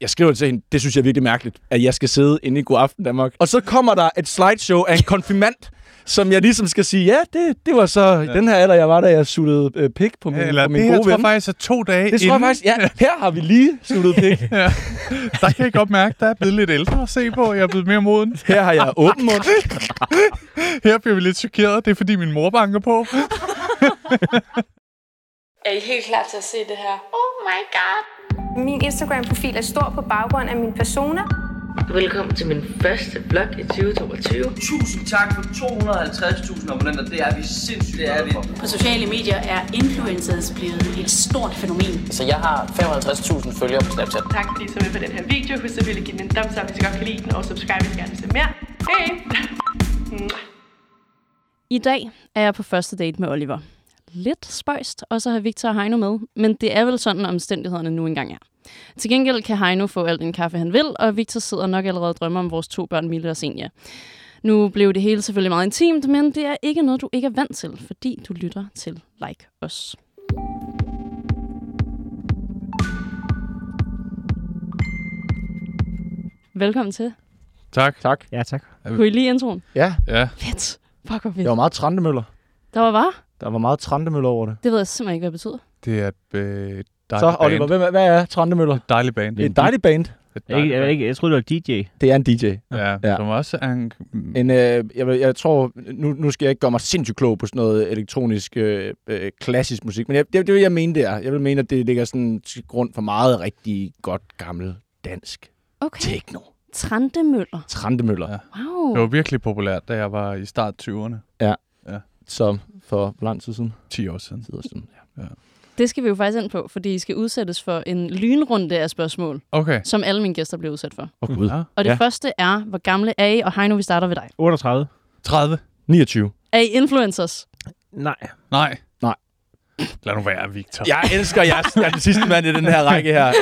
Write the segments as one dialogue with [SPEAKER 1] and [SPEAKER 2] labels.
[SPEAKER 1] jeg skriver til hende, det synes jeg er virkelig mærkeligt, at jeg skal sidde inde i God Aften Danmark. Og så kommer der et slideshow af en konfirmand, som jeg ligesom skal sige, ja, det, det var så ja. den her alder, jeg var, da jeg suttede øh, pik på min,
[SPEAKER 2] Eller
[SPEAKER 1] på min
[SPEAKER 2] det her
[SPEAKER 1] gode
[SPEAKER 2] tror jeg
[SPEAKER 1] ven.
[SPEAKER 2] faktisk er to dage
[SPEAKER 1] Det tror jeg
[SPEAKER 2] inden.
[SPEAKER 1] faktisk, ja, her har vi lige suttet pik.
[SPEAKER 2] Ja. Der kan jeg godt mærke, at jeg er blevet lidt ældre at se på. Jeg er blevet mere moden.
[SPEAKER 1] Her har jeg åben mund.
[SPEAKER 2] Her bliver vi lidt chokeret. Det er, fordi min mor banker på.
[SPEAKER 3] Er I helt klar til at se det her?
[SPEAKER 4] Oh my god.
[SPEAKER 5] Min Instagram-profil er stor på baggrund af min persona.
[SPEAKER 6] Velkommen til min første blog i 2022.
[SPEAKER 7] Tusind tak for 250.000 abonnenter. Det er vi sindssygt det er vi.
[SPEAKER 8] På sociale medier er influencers blevet et stort fænomen.
[SPEAKER 9] Så jeg har 55.000 følgere på Snapchat.
[SPEAKER 3] Tak fordi I så med på den her video. Husk selvfølgelig at give den en thumbs up, hvis I godt kan lide den, og subscribe, hvis I gerne vil se mere. Hej!
[SPEAKER 10] I dag er jeg på første date med Oliver. Lidt spøjst, og så har Victor og Heino med, men det er vel sådan, omstændighederne nu engang er. Til gengæld kan Heino få alt den kaffe, han vil, og Victor sidder nok allerede og drømmer om vores to børn, Mille og Senja. Nu blev det hele selvfølgelig meget intimt, men det er ikke noget, du ikke er vant til, fordi du lytter til Like Us. Velkommen til.
[SPEAKER 2] Tak.
[SPEAKER 1] Tak.
[SPEAKER 9] Ja, tak.
[SPEAKER 10] Kunne I lige introen?
[SPEAKER 1] Ja,
[SPEAKER 2] Ja.
[SPEAKER 10] Fedt. Fuck, hvor
[SPEAKER 1] jeg
[SPEAKER 10] fedt.
[SPEAKER 1] var meget trantemøller.
[SPEAKER 10] Der var var?
[SPEAKER 1] Der var meget trantemøller over det.
[SPEAKER 10] Det ved jeg simpelthen ikke, hvad det betyder.
[SPEAKER 2] Det er et øh, dejligt
[SPEAKER 1] Så,
[SPEAKER 2] band.
[SPEAKER 1] Oliver, hvem, er- hvad er trantemøller?
[SPEAKER 2] Dejligt band.
[SPEAKER 1] Det er et dejligt band.
[SPEAKER 2] Et
[SPEAKER 9] Jeg,
[SPEAKER 2] dejligt
[SPEAKER 9] jeg,
[SPEAKER 2] band.
[SPEAKER 9] jeg, jeg troede, det var DJ.
[SPEAKER 1] Det er en DJ.
[SPEAKER 2] Ja,
[SPEAKER 1] Ja.
[SPEAKER 2] som også er en...
[SPEAKER 1] En, øh, jeg, vil- jeg tror, nu, nu skal jeg ikke gøre mig sindssygt klog på sådan noget elektronisk, øh, øh, klassisk musik, men jeg, det, det vil jeg mene, det er. Jeg vil mene, at det ligger sådan til grund for meget rigtig godt gammel dansk
[SPEAKER 10] Okay.
[SPEAKER 1] techno.
[SPEAKER 10] Trantemøller.
[SPEAKER 1] Trantemøller.
[SPEAKER 2] Ja.
[SPEAKER 1] Ja.
[SPEAKER 10] Wow.
[SPEAKER 2] Det var virkelig populært, da jeg var i start 20'erne.
[SPEAKER 1] Så for hvor lang tid siden?
[SPEAKER 2] 10 år siden.
[SPEAKER 1] Tider siden. Ja.
[SPEAKER 10] Det skal vi jo faktisk ind på, fordi I skal udsættes for en lynrunde af spørgsmål,
[SPEAKER 2] Okay.
[SPEAKER 10] som alle mine gæster bliver udsat for.
[SPEAKER 1] Oh, Gud.
[SPEAKER 2] Ja.
[SPEAKER 10] Og det
[SPEAKER 1] Ja.
[SPEAKER 10] ja. første er, hvor gamle er I? Og Heino, vi starter ved dig.
[SPEAKER 9] 38?
[SPEAKER 2] 30.
[SPEAKER 1] 29.
[SPEAKER 10] Er I influencers?
[SPEAKER 9] Nej.
[SPEAKER 2] Nej.
[SPEAKER 1] Nej.
[SPEAKER 2] Lad nu være, Victor.
[SPEAKER 1] Jeg elsker, jeg, jeg er den sidste mand i den her række her.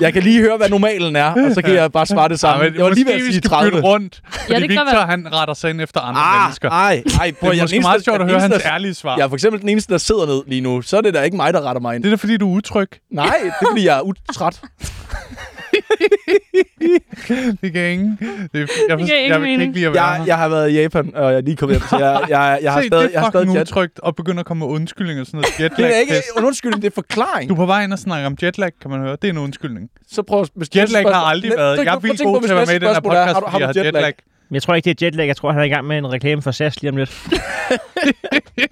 [SPEAKER 1] Jeg kan lige høre, hvad normalen er, og så kan jeg bare svare det
[SPEAKER 2] Ja,
[SPEAKER 1] samme.
[SPEAKER 2] men
[SPEAKER 1] jeg var lige ved at
[SPEAKER 2] måske vi
[SPEAKER 1] sige
[SPEAKER 2] skal
[SPEAKER 1] 30.
[SPEAKER 2] bytte rundt. Fordi
[SPEAKER 10] det kan
[SPEAKER 2] Victor,
[SPEAKER 10] være.
[SPEAKER 2] han retter sig ind efter andre
[SPEAKER 1] Ah,
[SPEAKER 2] mennesker.
[SPEAKER 1] ej, ej,
[SPEAKER 2] Det
[SPEAKER 1] prøv,
[SPEAKER 2] er
[SPEAKER 1] jeg
[SPEAKER 2] måske meget sjovt at høre hans ærlige svar.
[SPEAKER 1] Jeg er for eksempel den eneste, der sidder ned lige nu. Så er det da ikke mig, der retter mig ind.
[SPEAKER 2] Det er da, fordi, du er utryg.
[SPEAKER 1] Nej, det er, fordi jeg er utræt.
[SPEAKER 2] Det kan ingen. Det, jeg, forst- jeg,
[SPEAKER 10] ingen
[SPEAKER 2] jeg kan
[SPEAKER 10] mening.
[SPEAKER 2] ikke lide at være
[SPEAKER 1] Jeg, jeg har været i Japan, og jeg er lige kommet hjem, så jeg, jeg, jeg har
[SPEAKER 2] Se,
[SPEAKER 1] stadig,
[SPEAKER 2] det
[SPEAKER 1] jeg
[SPEAKER 2] er
[SPEAKER 1] har stadig
[SPEAKER 2] fucking
[SPEAKER 1] jet.
[SPEAKER 2] utrygt at begynde at komme med undskyldninger og sådan noget
[SPEAKER 1] Det er
[SPEAKER 2] jetlag
[SPEAKER 1] ikke en undskyldning, det er forklaring.
[SPEAKER 2] Du er på vej ind og snakker om jetlag, kan man høre. Det er en undskyldning.
[SPEAKER 1] så prøv at hvis
[SPEAKER 2] Jetlag har aldrig
[SPEAKER 1] Næ-
[SPEAKER 2] været.
[SPEAKER 1] tænk
[SPEAKER 2] Jeg er
[SPEAKER 1] på- prøv
[SPEAKER 2] vildt
[SPEAKER 1] tænk på,
[SPEAKER 2] god til at være
[SPEAKER 1] hvis
[SPEAKER 2] med i den her
[SPEAKER 1] næste spørgsmål er,
[SPEAKER 2] podcast,
[SPEAKER 1] har du- har
[SPEAKER 2] fordi jeg
[SPEAKER 1] du
[SPEAKER 2] har jetlag.
[SPEAKER 9] Men jeg tror ikke, det er jetlag. Jeg tror, han er i gang med en reklame for SAS lige om lidt.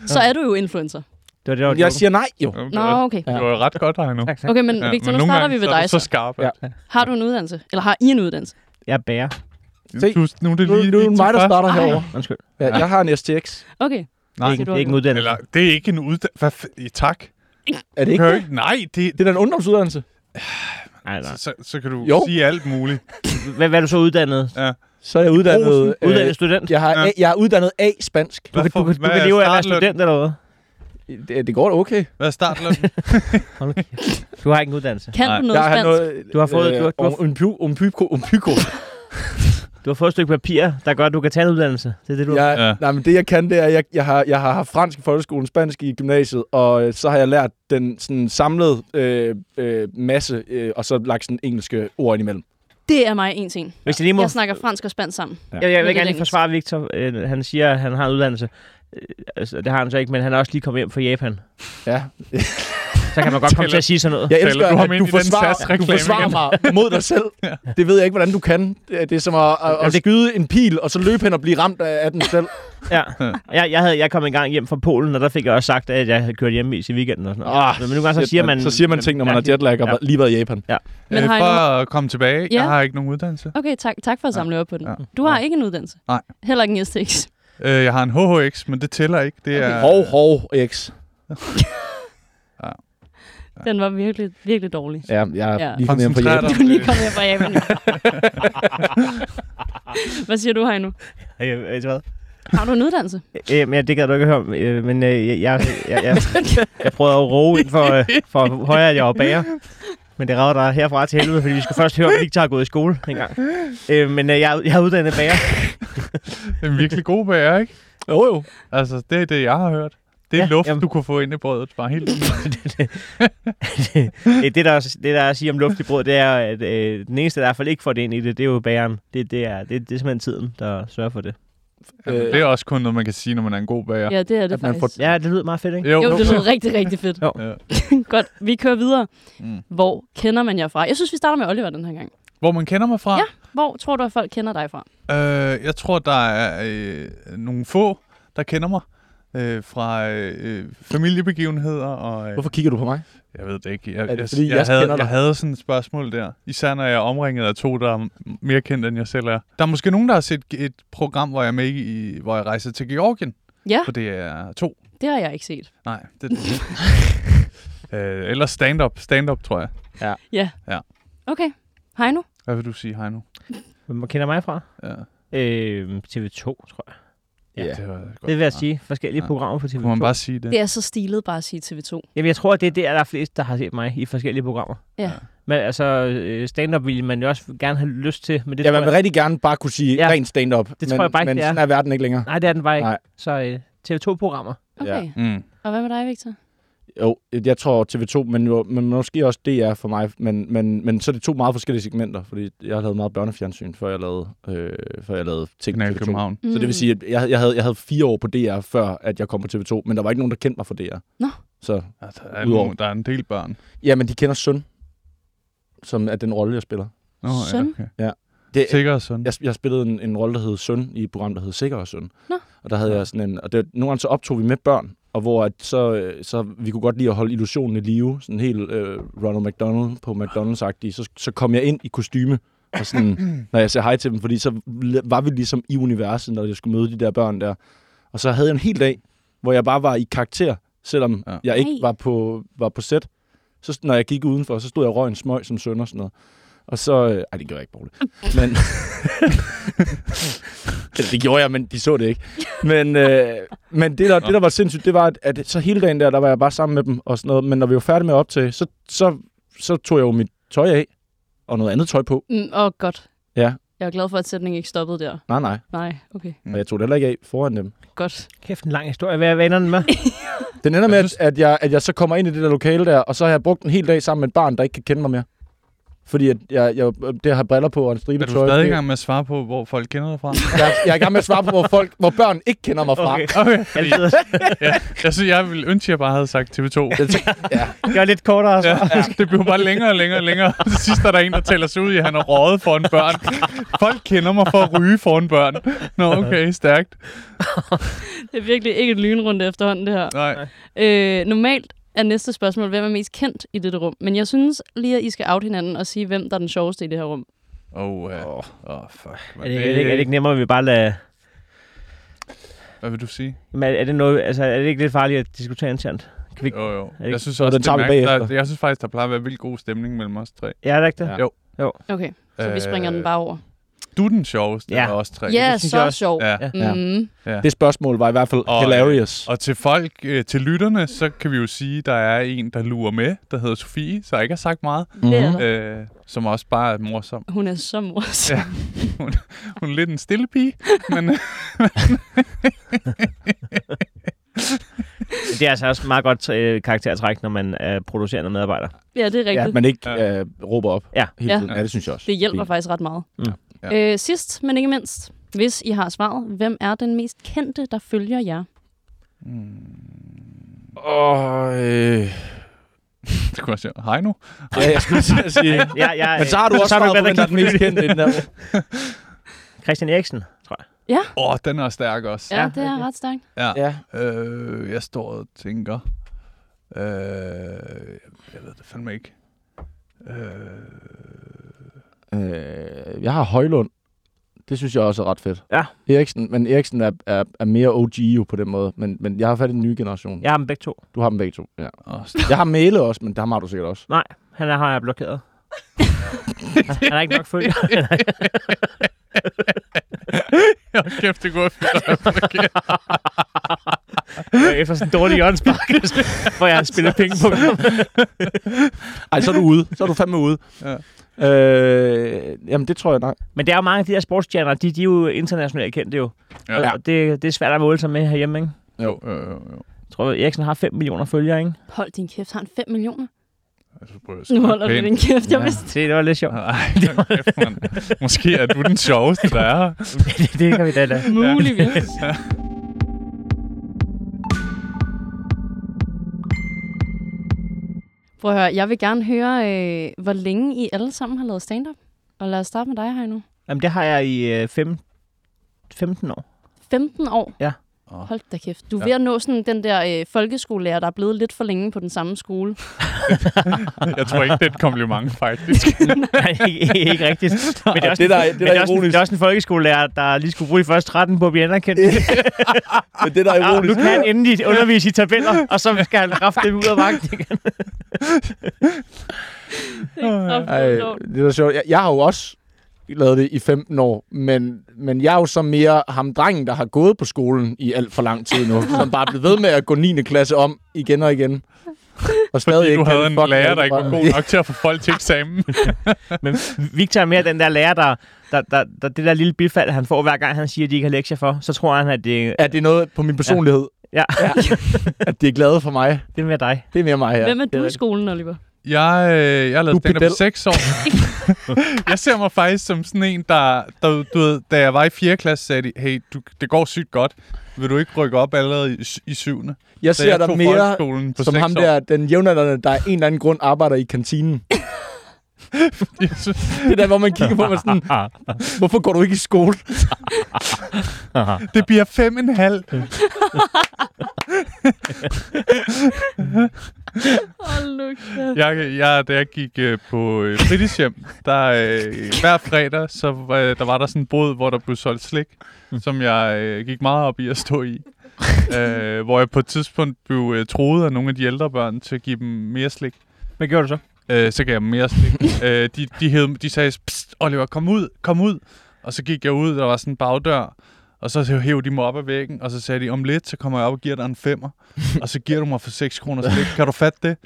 [SPEAKER 10] Så er du jo influencer.
[SPEAKER 9] Det var det, der var
[SPEAKER 1] Jeg
[SPEAKER 9] joken.
[SPEAKER 1] siger nej, jo.
[SPEAKER 10] Nå, okay.
[SPEAKER 2] Det var ret godt, Heino.
[SPEAKER 9] Tak, tak.
[SPEAKER 10] Okay, men Victor, nu starter vi ved dig.
[SPEAKER 2] så.
[SPEAKER 10] Så.
[SPEAKER 2] så skarp.
[SPEAKER 1] Ja.
[SPEAKER 2] Ja.
[SPEAKER 10] Har du en uddannelse? Eller har I en uddannelse?
[SPEAKER 9] Jeg er bærer.
[SPEAKER 1] Se,
[SPEAKER 2] Du, nu er det
[SPEAKER 1] nu,
[SPEAKER 2] lige
[SPEAKER 1] nu er det
[SPEAKER 2] Victor
[SPEAKER 1] mig, der
[SPEAKER 2] først.
[SPEAKER 1] starter herovre.
[SPEAKER 9] Undskyld.
[SPEAKER 1] Ja, jeg har en STX.
[SPEAKER 10] Okay.
[SPEAKER 9] Det er
[SPEAKER 2] Nej,
[SPEAKER 9] ikke, det er ikke en uddannelse.
[SPEAKER 2] eller det er ikke en uddannelse. Hvad f- I- tak.
[SPEAKER 1] Er det
[SPEAKER 2] Kan
[SPEAKER 1] ikke
[SPEAKER 2] du
[SPEAKER 1] det?
[SPEAKER 2] ikke? Nej, det,
[SPEAKER 1] Det er da en ungdomsuddannelse.
[SPEAKER 9] Nej, nej.
[SPEAKER 2] så, så, så kan du
[SPEAKER 1] Jo.
[SPEAKER 2] sige alt muligt.
[SPEAKER 9] Hvad, hvad er du så uddannet?
[SPEAKER 1] Så er jeg uddannet...
[SPEAKER 2] Rosen.
[SPEAKER 1] øh,
[SPEAKER 9] Uddannet student?
[SPEAKER 1] Jeg har,
[SPEAKER 2] Ja.
[SPEAKER 1] A- jeg er uddannet A-spansk.
[SPEAKER 9] Du kan, du, kan, du kan leve af at være student eller hvad?
[SPEAKER 1] Det, det går da okay.
[SPEAKER 2] Hvad er startlønnen?
[SPEAKER 9] Hold nu kæft. Du har ikke en uddannelse.
[SPEAKER 10] Kan
[SPEAKER 2] Nej.
[SPEAKER 10] du noget
[SPEAKER 1] jeg
[SPEAKER 10] spansk?
[SPEAKER 1] noget, øh,
[SPEAKER 9] Du har fået- du har- du har-
[SPEAKER 1] om- umpi- umpyko- umpyko.
[SPEAKER 9] Du har fået et stykke papir, der gør, at du kan tage en uddannelse. Det er det, du har.
[SPEAKER 1] Jeg,
[SPEAKER 2] Ja.
[SPEAKER 1] nej, men det jeg kan, det er, at jeg, jeg, har, jeg har haft fransk i folkeskolen, spansk i gymnasiet, og øh, så har jeg lært den sådan, samlede øh, øh, masse, øh, og så lagt sådan engelske ord ind imellem.
[SPEAKER 10] Det er mig en ting.
[SPEAKER 9] Hvis jeg lige må...
[SPEAKER 10] Jeg snakker fransk og spansk sammen.
[SPEAKER 9] Jeg, jeg vil
[SPEAKER 10] Lidt
[SPEAKER 9] gerne lige
[SPEAKER 10] engelsk.
[SPEAKER 9] forsvare Victor. Øh, Han siger, at han har en uddannelse. Øh, altså, Det har han så ikke, men han er også lige kommet hjem fra Japan.
[SPEAKER 1] Ja.
[SPEAKER 9] Så kan man godt komme til at sige sådan noget.
[SPEAKER 1] Jeg
[SPEAKER 2] Taler
[SPEAKER 1] elsker,
[SPEAKER 2] du ham
[SPEAKER 1] at
[SPEAKER 2] ind
[SPEAKER 1] du
[SPEAKER 2] i den
[SPEAKER 1] forsvarer, du
[SPEAKER 2] SAS-reklame
[SPEAKER 1] forsvarer
[SPEAKER 2] igen?
[SPEAKER 1] mig mod dig selv. Det ved jeg ikke, hvordan du kan. Øh, Det er, det er som at, at, at
[SPEAKER 9] det- Ah,
[SPEAKER 1] skyde en pil, og så løbe hen og blive ramt af af den selv.
[SPEAKER 9] Ja. Jeg, jeg, havde, jeg kom engang hjem fra Polen, og der fik jeg også sagt, at jeg havde kørt hjemme i weekenden og sådan noget.
[SPEAKER 1] Ah,
[SPEAKER 9] men nogle gange så
[SPEAKER 1] shit,
[SPEAKER 9] siger
[SPEAKER 1] mand.
[SPEAKER 9] man...
[SPEAKER 1] så siger man ting, når man har jetlag og
[SPEAKER 9] Ja.
[SPEAKER 1] ja. lige været i Japan.
[SPEAKER 10] Men
[SPEAKER 2] Øh,
[SPEAKER 10] har I
[SPEAKER 2] for
[SPEAKER 10] nogen-
[SPEAKER 2] at komme tilbage.
[SPEAKER 10] Ja.
[SPEAKER 2] Jeg har ikke nogen uddannelse.
[SPEAKER 10] Okay, tak, tak for at samle op på den.
[SPEAKER 2] Ja.
[SPEAKER 10] Du har ikke en uddannelse?
[SPEAKER 2] Nej.
[SPEAKER 10] Heller ikke en STX?
[SPEAKER 2] Øh, jeg har en HHX, men det tæller ikke. Det er,
[SPEAKER 1] Hov, hov, X.
[SPEAKER 10] Den var virkelig, virkelig dårlig.
[SPEAKER 1] Ja, jeg er
[SPEAKER 10] Ja.
[SPEAKER 1] lige kommet hjem fra
[SPEAKER 2] Koncentrer
[SPEAKER 1] Japan.
[SPEAKER 2] dig.
[SPEAKER 10] Du er lige kommet hjem fra Japan. Hvad siger du, Heino?
[SPEAKER 9] Øh, ved du hvad?
[SPEAKER 10] Har du en uddannelse?
[SPEAKER 9] Øh, men ja, det gad du ikke høre om, øh, men øh, jeg, jeg, jeg, jeg, jeg prøvede at roe ind for, øh, for højere, at jeg var bager. Men det rager dig herfra til helvede, fordi vi skal først høre, om Victor har gået i skole engang. Øh, men øh, jeg, jeg er uddannet bager.
[SPEAKER 2] en virkelig god bager, ikke?
[SPEAKER 1] Jo, jo.
[SPEAKER 2] Altså, det er det, jeg har hørt. Det er
[SPEAKER 9] Ja,
[SPEAKER 2] ja, luft,
[SPEAKER 9] jamen.
[SPEAKER 2] jamen. du kunne få ind i brødet. Bare helt
[SPEAKER 9] Øh, det, der, også- det, der er at sige om luft i brød, det er, at øh, den eneste, der i hvert fald ikke får det ind i det, det er jo bæren. Det, det, er, det, det er simpelthen tiden, der sørger for det.
[SPEAKER 2] Jamen,
[SPEAKER 1] Øh.
[SPEAKER 2] Det er også kun noget, man kan sige, når man er en god bager.
[SPEAKER 10] Ja, det er det
[SPEAKER 1] At man
[SPEAKER 10] faktisk.
[SPEAKER 1] får-
[SPEAKER 9] Ja, det lyder meget fedt, ikke?
[SPEAKER 10] Jo, det lyder rigtig, rigtig fedt.
[SPEAKER 9] Jo.
[SPEAKER 2] Ja.
[SPEAKER 10] Godt, vi kører videre.
[SPEAKER 2] Mm.
[SPEAKER 10] Hvor kender man jer fra? Jeg synes, vi starter med Oliver den her gang.
[SPEAKER 2] Hvor man kender mig fra?
[SPEAKER 10] Ja. Hvor tror du, at folk kender dig fra?
[SPEAKER 2] Øh, jeg tror, der er øh, nogle få, der kender mig. Øh, fra øh, øh, familiebegivenheder og... Øh,
[SPEAKER 1] Hvorfor kigger du på mig?
[SPEAKER 2] Jeg ved det ikke. Jeg,
[SPEAKER 1] det
[SPEAKER 2] jeg,
[SPEAKER 1] fordi,
[SPEAKER 2] jeg,
[SPEAKER 1] jeg
[SPEAKER 2] jeg, havde,
[SPEAKER 1] kender dig?
[SPEAKER 2] jeg havde sådan et spørgsmål der. Især når jeg er omringet af to, der er m- mere kendt, end jeg selv er. Der er måske nogen, der har set et program, hvor jeg, er med i, hvor jeg rejser til Georgien.
[SPEAKER 10] Ja,
[SPEAKER 2] For det er to.
[SPEAKER 10] det har jeg ikke set.
[SPEAKER 2] Nej, det øh, Eller stand-up. Stand-up, tror jeg.
[SPEAKER 10] Ja.
[SPEAKER 2] Ja.
[SPEAKER 10] Okay. Hej nu.
[SPEAKER 2] Hvad vil du sige, Heino?
[SPEAKER 9] Hvem kender mig fra?
[SPEAKER 2] Ja,
[SPEAKER 9] Øh, TV2, tror jeg.
[SPEAKER 1] Ja.
[SPEAKER 2] det var godt.
[SPEAKER 9] Det vil jeg sige. Forskellige
[SPEAKER 2] Ah. Ja.
[SPEAKER 9] programmer på TV2.
[SPEAKER 2] Kunne man bare sige det?
[SPEAKER 10] Det er så stilet bare at sige TV2.
[SPEAKER 9] Jamen, jeg tror, det er der, der er flest, der har set mig i forskellige programmer.
[SPEAKER 10] Ja.
[SPEAKER 9] Men altså, øh, stand-up ville man jo også gerne have lyst til. Men det
[SPEAKER 1] Ja,
[SPEAKER 9] tror
[SPEAKER 1] man vil
[SPEAKER 9] jeg,
[SPEAKER 1] rigtig gerne bare kunne sige
[SPEAKER 9] Ja.
[SPEAKER 1] ja. rent stand-up. Det
[SPEAKER 9] tror jeg bare ikke,
[SPEAKER 1] Men
[SPEAKER 9] det er.
[SPEAKER 1] sådan er verden ikke længere.
[SPEAKER 9] Nej, det er den bare ikke.
[SPEAKER 1] Nej.
[SPEAKER 9] Så øh, TV2-programmer.
[SPEAKER 10] Okay. Ja.
[SPEAKER 2] Mm.
[SPEAKER 10] Og hvad med dig, Victor?
[SPEAKER 1] Jo, jeg tror TV2, men, jo, men måske også DR for mig. Men, men, men så er det to meget forskellige segmenter, fordi jeg har lavet meget børnefjernsyn, før jeg lavede, øh, før jeg lavede ting på
[SPEAKER 2] Kanal
[SPEAKER 1] TV2.
[SPEAKER 2] København.
[SPEAKER 1] Så
[SPEAKER 10] Mm.
[SPEAKER 1] det vil sige, at jeg, jeg, havde, jeg havde fire år på DR, før at jeg kom på TV2, men der var ikke nogen, der kendte mig fra DR.
[SPEAKER 10] Nå.
[SPEAKER 1] Så,
[SPEAKER 2] Ja, Altså, der, er
[SPEAKER 1] Udover-
[SPEAKER 2] nogen, der er en del børn.
[SPEAKER 1] ja, men de kender Søn, som er den rolle, jeg spiller.
[SPEAKER 2] Nå,
[SPEAKER 10] Søn?
[SPEAKER 2] Ja, okay.
[SPEAKER 1] Det,
[SPEAKER 2] Sikker og søn.
[SPEAKER 1] jeg, jeg spillede en, en rolle, der hed Søn, i et program, der hed Sikker og Søn.
[SPEAKER 10] Nå.
[SPEAKER 1] Og der havde jeg sådan en... Og det, nogle gange så optog vi med børn, og hvor at så, øh, så vi kunne godt lide at holde illusionen i live. Sådan helt øh, Ronald McDonald på McDonald's-agtig. Så, så kom jeg ind i kostyme, og sådan, når jeg sagde hej til dem, fordi så var vi ligesom i universet, når jeg skulle møde de der børn der. Og så havde jeg en hel dag, hvor jeg bare var i karakter, selvom
[SPEAKER 2] Ja.
[SPEAKER 1] ja. jeg ikke
[SPEAKER 10] Ej.
[SPEAKER 1] var på, var på set. Så når jeg gik udenfor, så stod jeg og røg en smøg som søn og sådan noget. Og så... Øh, ej, det gjorde jeg ikke, Borgle. Men... Eller, det gjorde jeg, men de så det ikke. Men, øh, men det, der, det, der var sindssygt, det var, at, at så hele dagen der, der var jeg bare sammen med dem og sådan noget. Men når vi var færdige med at optage, så, så, så tog jeg jo mit tøj af og noget andet tøj på.
[SPEAKER 10] Mm, Åh, godt.
[SPEAKER 1] Ja.
[SPEAKER 10] Jeg er glad for, at sætningen ikke stoppede der.
[SPEAKER 1] Nej, nej.
[SPEAKER 10] Nej, okay.
[SPEAKER 2] Mm.
[SPEAKER 1] Og jeg tog det heller ikke af foran dem.
[SPEAKER 10] Godt.
[SPEAKER 9] Kæft, en lang historie. Hvad er vanerne med?
[SPEAKER 1] Den ender med,
[SPEAKER 2] Jeg
[SPEAKER 1] at, at, jeg, at jeg så kommer ind i det der lokale der, og så har jeg brugt en hel dag sammen med et barn, der ikke kan kende mig mere. Fordi at jeg, jeg, det har briller på og en stribe
[SPEAKER 2] Er du
[SPEAKER 1] tøj.
[SPEAKER 2] stadig i
[SPEAKER 1] Det-
[SPEAKER 2] gang med at svare på, hvor folk kender dig fra?
[SPEAKER 1] Jeg, jeg er i gang med at svare på, hvor, folk, hvor børn ikke kender mig fra.
[SPEAKER 9] Okay.
[SPEAKER 2] Okay, fordi
[SPEAKER 9] Altid.
[SPEAKER 2] jeg synes, jeg ville ønske, at jeg bare havde sagt TV2.
[SPEAKER 9] Gør lidt kortere. Så.
[SPEAKER 2] Ja, det bliver bare længere og længere og længere. Til sidst er der en, der tæller sig ud i, at han har røget foran børn. Folk kender mig for at ryge foran børn. Nå, okay, stærkt.
[SPEAKER 10] Det er virkelig ikke en lynrunde efterhånden, det her.
[SPEAKER 2] Nej.
[SPEAKER 10] Øh, normalt er næste spørgsmål, hvem er mest kendt i dette rum? Men jeg synes lige, at I skal out hinanden og sige, hvem der er den sjoveste i det her rum.
[SPEAKER 2] Åh, oh, uh, oh, fuck.
[SPEAKER 9] Er
[SPEAKER 2] Man.
[SPEAKER 9] det, er, det, ikke- er det ikke nemmere, at vi bare lader...
[SPEAKER 2] Hvad vil du sige?
[SPEAKER 9] Jamen, er, er, det noget, altså, er det ikke lidt farligt at diskutere internt? Kan vi ikke...
[SPEAKER 2] Jo, jo.
[SPEAKER 9] Er det ikke-
[SPEAKER 2] Jeg synes,
[SPEAKER 1] Nå,
[SPEAKER 2] også,
[SPEAKER 1] den tager vi
[SPEAKER 2] det mærke- der,
[SPEAKER 1] bagefter.
[SPEAKER 2] jeg synes faktisk, der plejer at være vildt god stemning mellem os tre.
[SPEAKER 9] Ja, er det ikke det?
[SPEAKER 1] Ja.
[SPEAKER 10] Okay, så øh, vi springer
[SPEAKER 2] Øh,
[SPEAKER 10] den bare over.
[SPEAKER 2] Du er den sjoveste
[SPEAKER 9] Ja.
[SPEAKER 2] af os tre.
[SPEAKER 10] Ja,
[SPEAKER 9] synes
[SPEAKER 10] så
[SPEAKER 9] jeg også.
[SPEAKER 10] sjov.
[SPEAKER 2] Ja.
[SPEAKER 1] Ja.
[SPEAKER 10] Mm.
[SPEAKER 1] Det spørgsmål var i hvert fald
[SPEAKER 2] Og-
[SPEAKER 1] oh, hilarious.
[SPEAKER 2] Og til folk, øh, til lytterne, så kan vi jo sige, der er en, der lurer med, der hedder Sofie, så jeg ikke har sagt meget,
[SPEAKER 10] Det er
[SPEAKER 1] Mhm.
[SPEAKER 10] der.
[SPEAKER 2] øh, som også bare er morsom.
[SPEAKER 10] Hun er så morsom.
[SPEAKER 2] Ja. Hun er lidt en stille pige, men
[SPEAKER 9] Det er altså også meget godt øh, karaktertræk, når man er producerende medarbejder.
[SPEAKER 10] Ja, det er rigtigt.
[SPEAKER 1] Ja,
[SPEAKER 10] Ja,
[SPEAKER 1] at man ikke
[SPEAKER 2] Ja.
[SPEAKER 1] øh, råber op
[SPEAKER 9] Ja.
[SPEAKER 1] hele
[SPEAKER 10] Ja.
[SPEAKER 1] tiden. Ja, det synes jeg også.
[SPEAKER 10] Det hjælper
[SPEAKER 1] Fint.
[SPEAKER 10] faktisk ret meget.
[SPEAKER 9] Mm.
[SPEAKER 2] Ja.
[SPEAKER 10] Øh, sidst, men ikke mindst, hvis I har svaret, hvem er den mest kendte, der følger jer?
[SPEAKER 1] Åh, øh.
[SPEAKER 2] det kunne jeg sige, hej nu.
[SPEAKER 1] Ja, jeg skulle til at sige.
[SPEAKER 9] Ja, ja,
[SPEAKER 1] Men så har du også svaret på,
[SPEAKER 9] valgt at
[SPEAKER 1] hvem der er den
[SPEAKER 9] kigge
[SPEAKER 1] mest
[SPEAKER 9] på
[SPEAKER 1] kendte.
[SPEAKER 9] det.
[SPEAKER 1] i Den der.
[SPEAKER 9] Christian Eriksen, tror jeg.
[SPEAKER 2] Åh, oh, den er stærk også.
[SPEAKER 10] Ja,
[SPEAKER 9] Ja,
[SPEAKER 10] ja det er
[SPEAKER 9] okay.
[SPEAKER 10] ret stærkt.
[SPEAKER 1] Ja.
[SPEAKER 2] Øh, jeg står og tænker... Øh, jeg ved det fandme ikke. Øh,
[SPEAKER 1] Øh, jeg har Højlund. Det synes jeg også er ret fedt.
[SPEAKER 9] Ja.
[SPEAKER 1] Eriksen, men Eriksen er, er, er mere OG jo på den måde. Men, men jeg har fat i den nye generation.
[SPEAKER 9] Jeg har dem begge to.
[SPEAKER 1] Du har dem begge to. Ja.
[SPEAKER 2] åh,
[SPEAKER 1] Jeg har Mæle også, men der har du sikkert også.
[SPEAKER 9] Nej, han er, har jeg blokeret. han har ikke nok følger.
[SPEAKER 2] hold kæft, det går forkert.
[SPEAKER 9] efter sådan en dårlig åndspark, hvor jeg har spillet penge på.
[SPEAKER 1] Ej, så er du ude. Så er du fandme ude.
[SPEAKER 2] Ja.
[SPEAKER 1] Øh, jamen, det tror jeg nej.
[SPEAKER 9] Men der er jo mange af de der sportsstjerner, de, de er jo internationalt kendte jo.
[SPEAKER 2] Ja.
[SPEAKER 9] Og det, det er svært at måle sig med herhjemme, ikke?
[SPEAKER 2] Jo, jo, jo, jo.
[SPEAKER 9] Jeg tror, Eriksen har 5 millioner følgere, ikke?
[SPEAKER 10] Hold din kæft, har han 5 millioner?
[SPEAKER 2] Altså, prøv at
[SPEAKER 10] Nu
[SPEAKER 2] skrive
[SPEAKER 10] holder du
[SPEAKER 2] pænt.
[SPEAKER 10] din kæft, jeg vidste.
[SPEAKER 9] Se, det var lidt sjovt.
[SPEAKER 2] Ej, hold kæft, mand. Måske er du den sjoveste, der er her.
[SPEAKER 9] det, det kan vi da da.
[SPEAKER 10] Muligvis. Prøv at høre, jeg vil gerne høre, øh, hvor længe I alle sammen har lavet stand-up. Og lad os starte med dig, Heino.
[SPEAKER 9] Jamen, det har jeg i øh, fem, 15 år.
[SPEAKER 10] 15 år.
[SPEAKER 9] Ja.
[SPEAKER 10] Hold da kæft. Du er ved at nå sådan den der øh, folkeskolelærer, der er blevet lidt for længe på den samme skole.
[SPEAKER 2] Jeg tror ikke, det er et kompliment, faktisk.
[SPEAKER 9] Nej, ikke, ikke rigtigt. Men det er også,
[SPEAKER 1] det
[SPEAKER 9] det
[SPEAKER 1] der-
[SPEAKER 9] der,
[SPEAKER 1] det der
[SPEAKER 9] det men det er, også en,
[SPEAKER 1] ironisk.
[SPEAKER 9] det er også en folkeskolelærer, der lige skulle bruge de første 13 på at blive anerkendt.
[SPEAKER 1] Men det, der er
[SPEAKER 9] Ah, nu
[SPEAKER 1] ironisk...
[SPEAKER 9] kan han endelig undervise i tabeller, og så skal han rafte dem ud af vagt igen.
[SPEAKER 1] Ej, det er sjovt. Jeg, jeg har jo også lavet det i 15 år, men, men jeg er jo så mere ham drengen, der har gået på skolen i alt for lang tid nu, som bare er blevet ved med at gå 9. klasse om igen og igen. Og stadig
[SPEAKER 2] Fordi
[SPEAKER 1] ikke
[SPEAKER 2] du
[SPEAKER 1] kan
[SPEAKER 2] havde en
[SPEAKER 1] fuck
[SPEAKER 2] lærer,
[SPEAKER 1] alt
[SPEAKER 2] der ikke var
[SPEAKER 1] fra-
[SPEAKER 2] god nok til at få folk til eksamen.
[SPEAKER 9] Men Victor er mere den der lærer, der, der, der, der, det der lille bifald, han får hver gang, han siger, at de ikke har lektier for. Så tror han, at det,
[SPEAKER 1] Ja, det er noget på min personlighed,
[SPEAKER 9] ja,
[SPEAKER 1] at det er glade for mig.
[SPEAKER 9] det er mere dig.
[SPEAKER 1] Det er mere mig her.
[SPEAKER 10] Hvem er
[SPEAKER 1] Det
[SPEAKER 10] du i
[SPEAKER 1] rigtigt.
[SPEAKER 10] skolen, Oliver?
[SPEAKER 2] Jeg, øh, jeg har
[SPEAKER 1] Du
[SPEAKER 2] lavet stand-up i
[SPEAKER 1] pedel.
[SPEAKER 2] 6 år. jeg ser mig faktisk som sådan en, der, der du ved, da jeg var i 4. klasse, sagde de, hey, du, det går sygt godt. Vil du ikke rykke op allerede i, i 7.
[SPEAKER 1] Jeg ser
[SPEAKER 2] jeg
[SPEAKER 1] dig
[SPEAKER 2] tog
[SPEAKER 1] mere
[SPEAKER 2] folkeskolen på
[SPEAKER 1] som
[SPEAKER 2] seks
[SPEAKER 1] ham
[SPEAKER 2] år.
[SPEAKER 1] der, den jævnaldrende, der af en eller anden grund arbejder i kantinen.
[SPEAKER 2] Jeg synes,
[SPEAKER 1] Det er der, hvor man kigger på mig sådan, hvorfor går du ikke i skole?
[SPEAKER 2] det bliver fem en halv.
[SPEAKER 10] Åh, Luke.
[SPEAKER 2] Jeg, jeg, da jeg gik øh, på øh, fritidshjem, der øh, hver fredag, så øh, der var der sådan en bod, hvor der blev solgt slik,
[SPEAKER 9] Mm.
[SPEAKER 2] som jeg øh, gik meget op i at stå i. øh, hvor jeg på et tidspunkt blev øh, troet af nogle af de ældre børn til at give dem mere slik.
[SPEAKER 9] Hvad gjorde du så?
[SPEAKER 2] Øh, så gav jeg dem mere slik. øh, de, de, hed, de sagde, Psst, Oliver, kom ud, kom ud. Og så gik jeg ud, der var sådan en bagdør. Og så hævde de mig op ad væggen, og så sagde de, om lidt, så kommer jeg op og giver dig en femmer. og så giver du mig for 6 kroner slik. Kan du fatte det?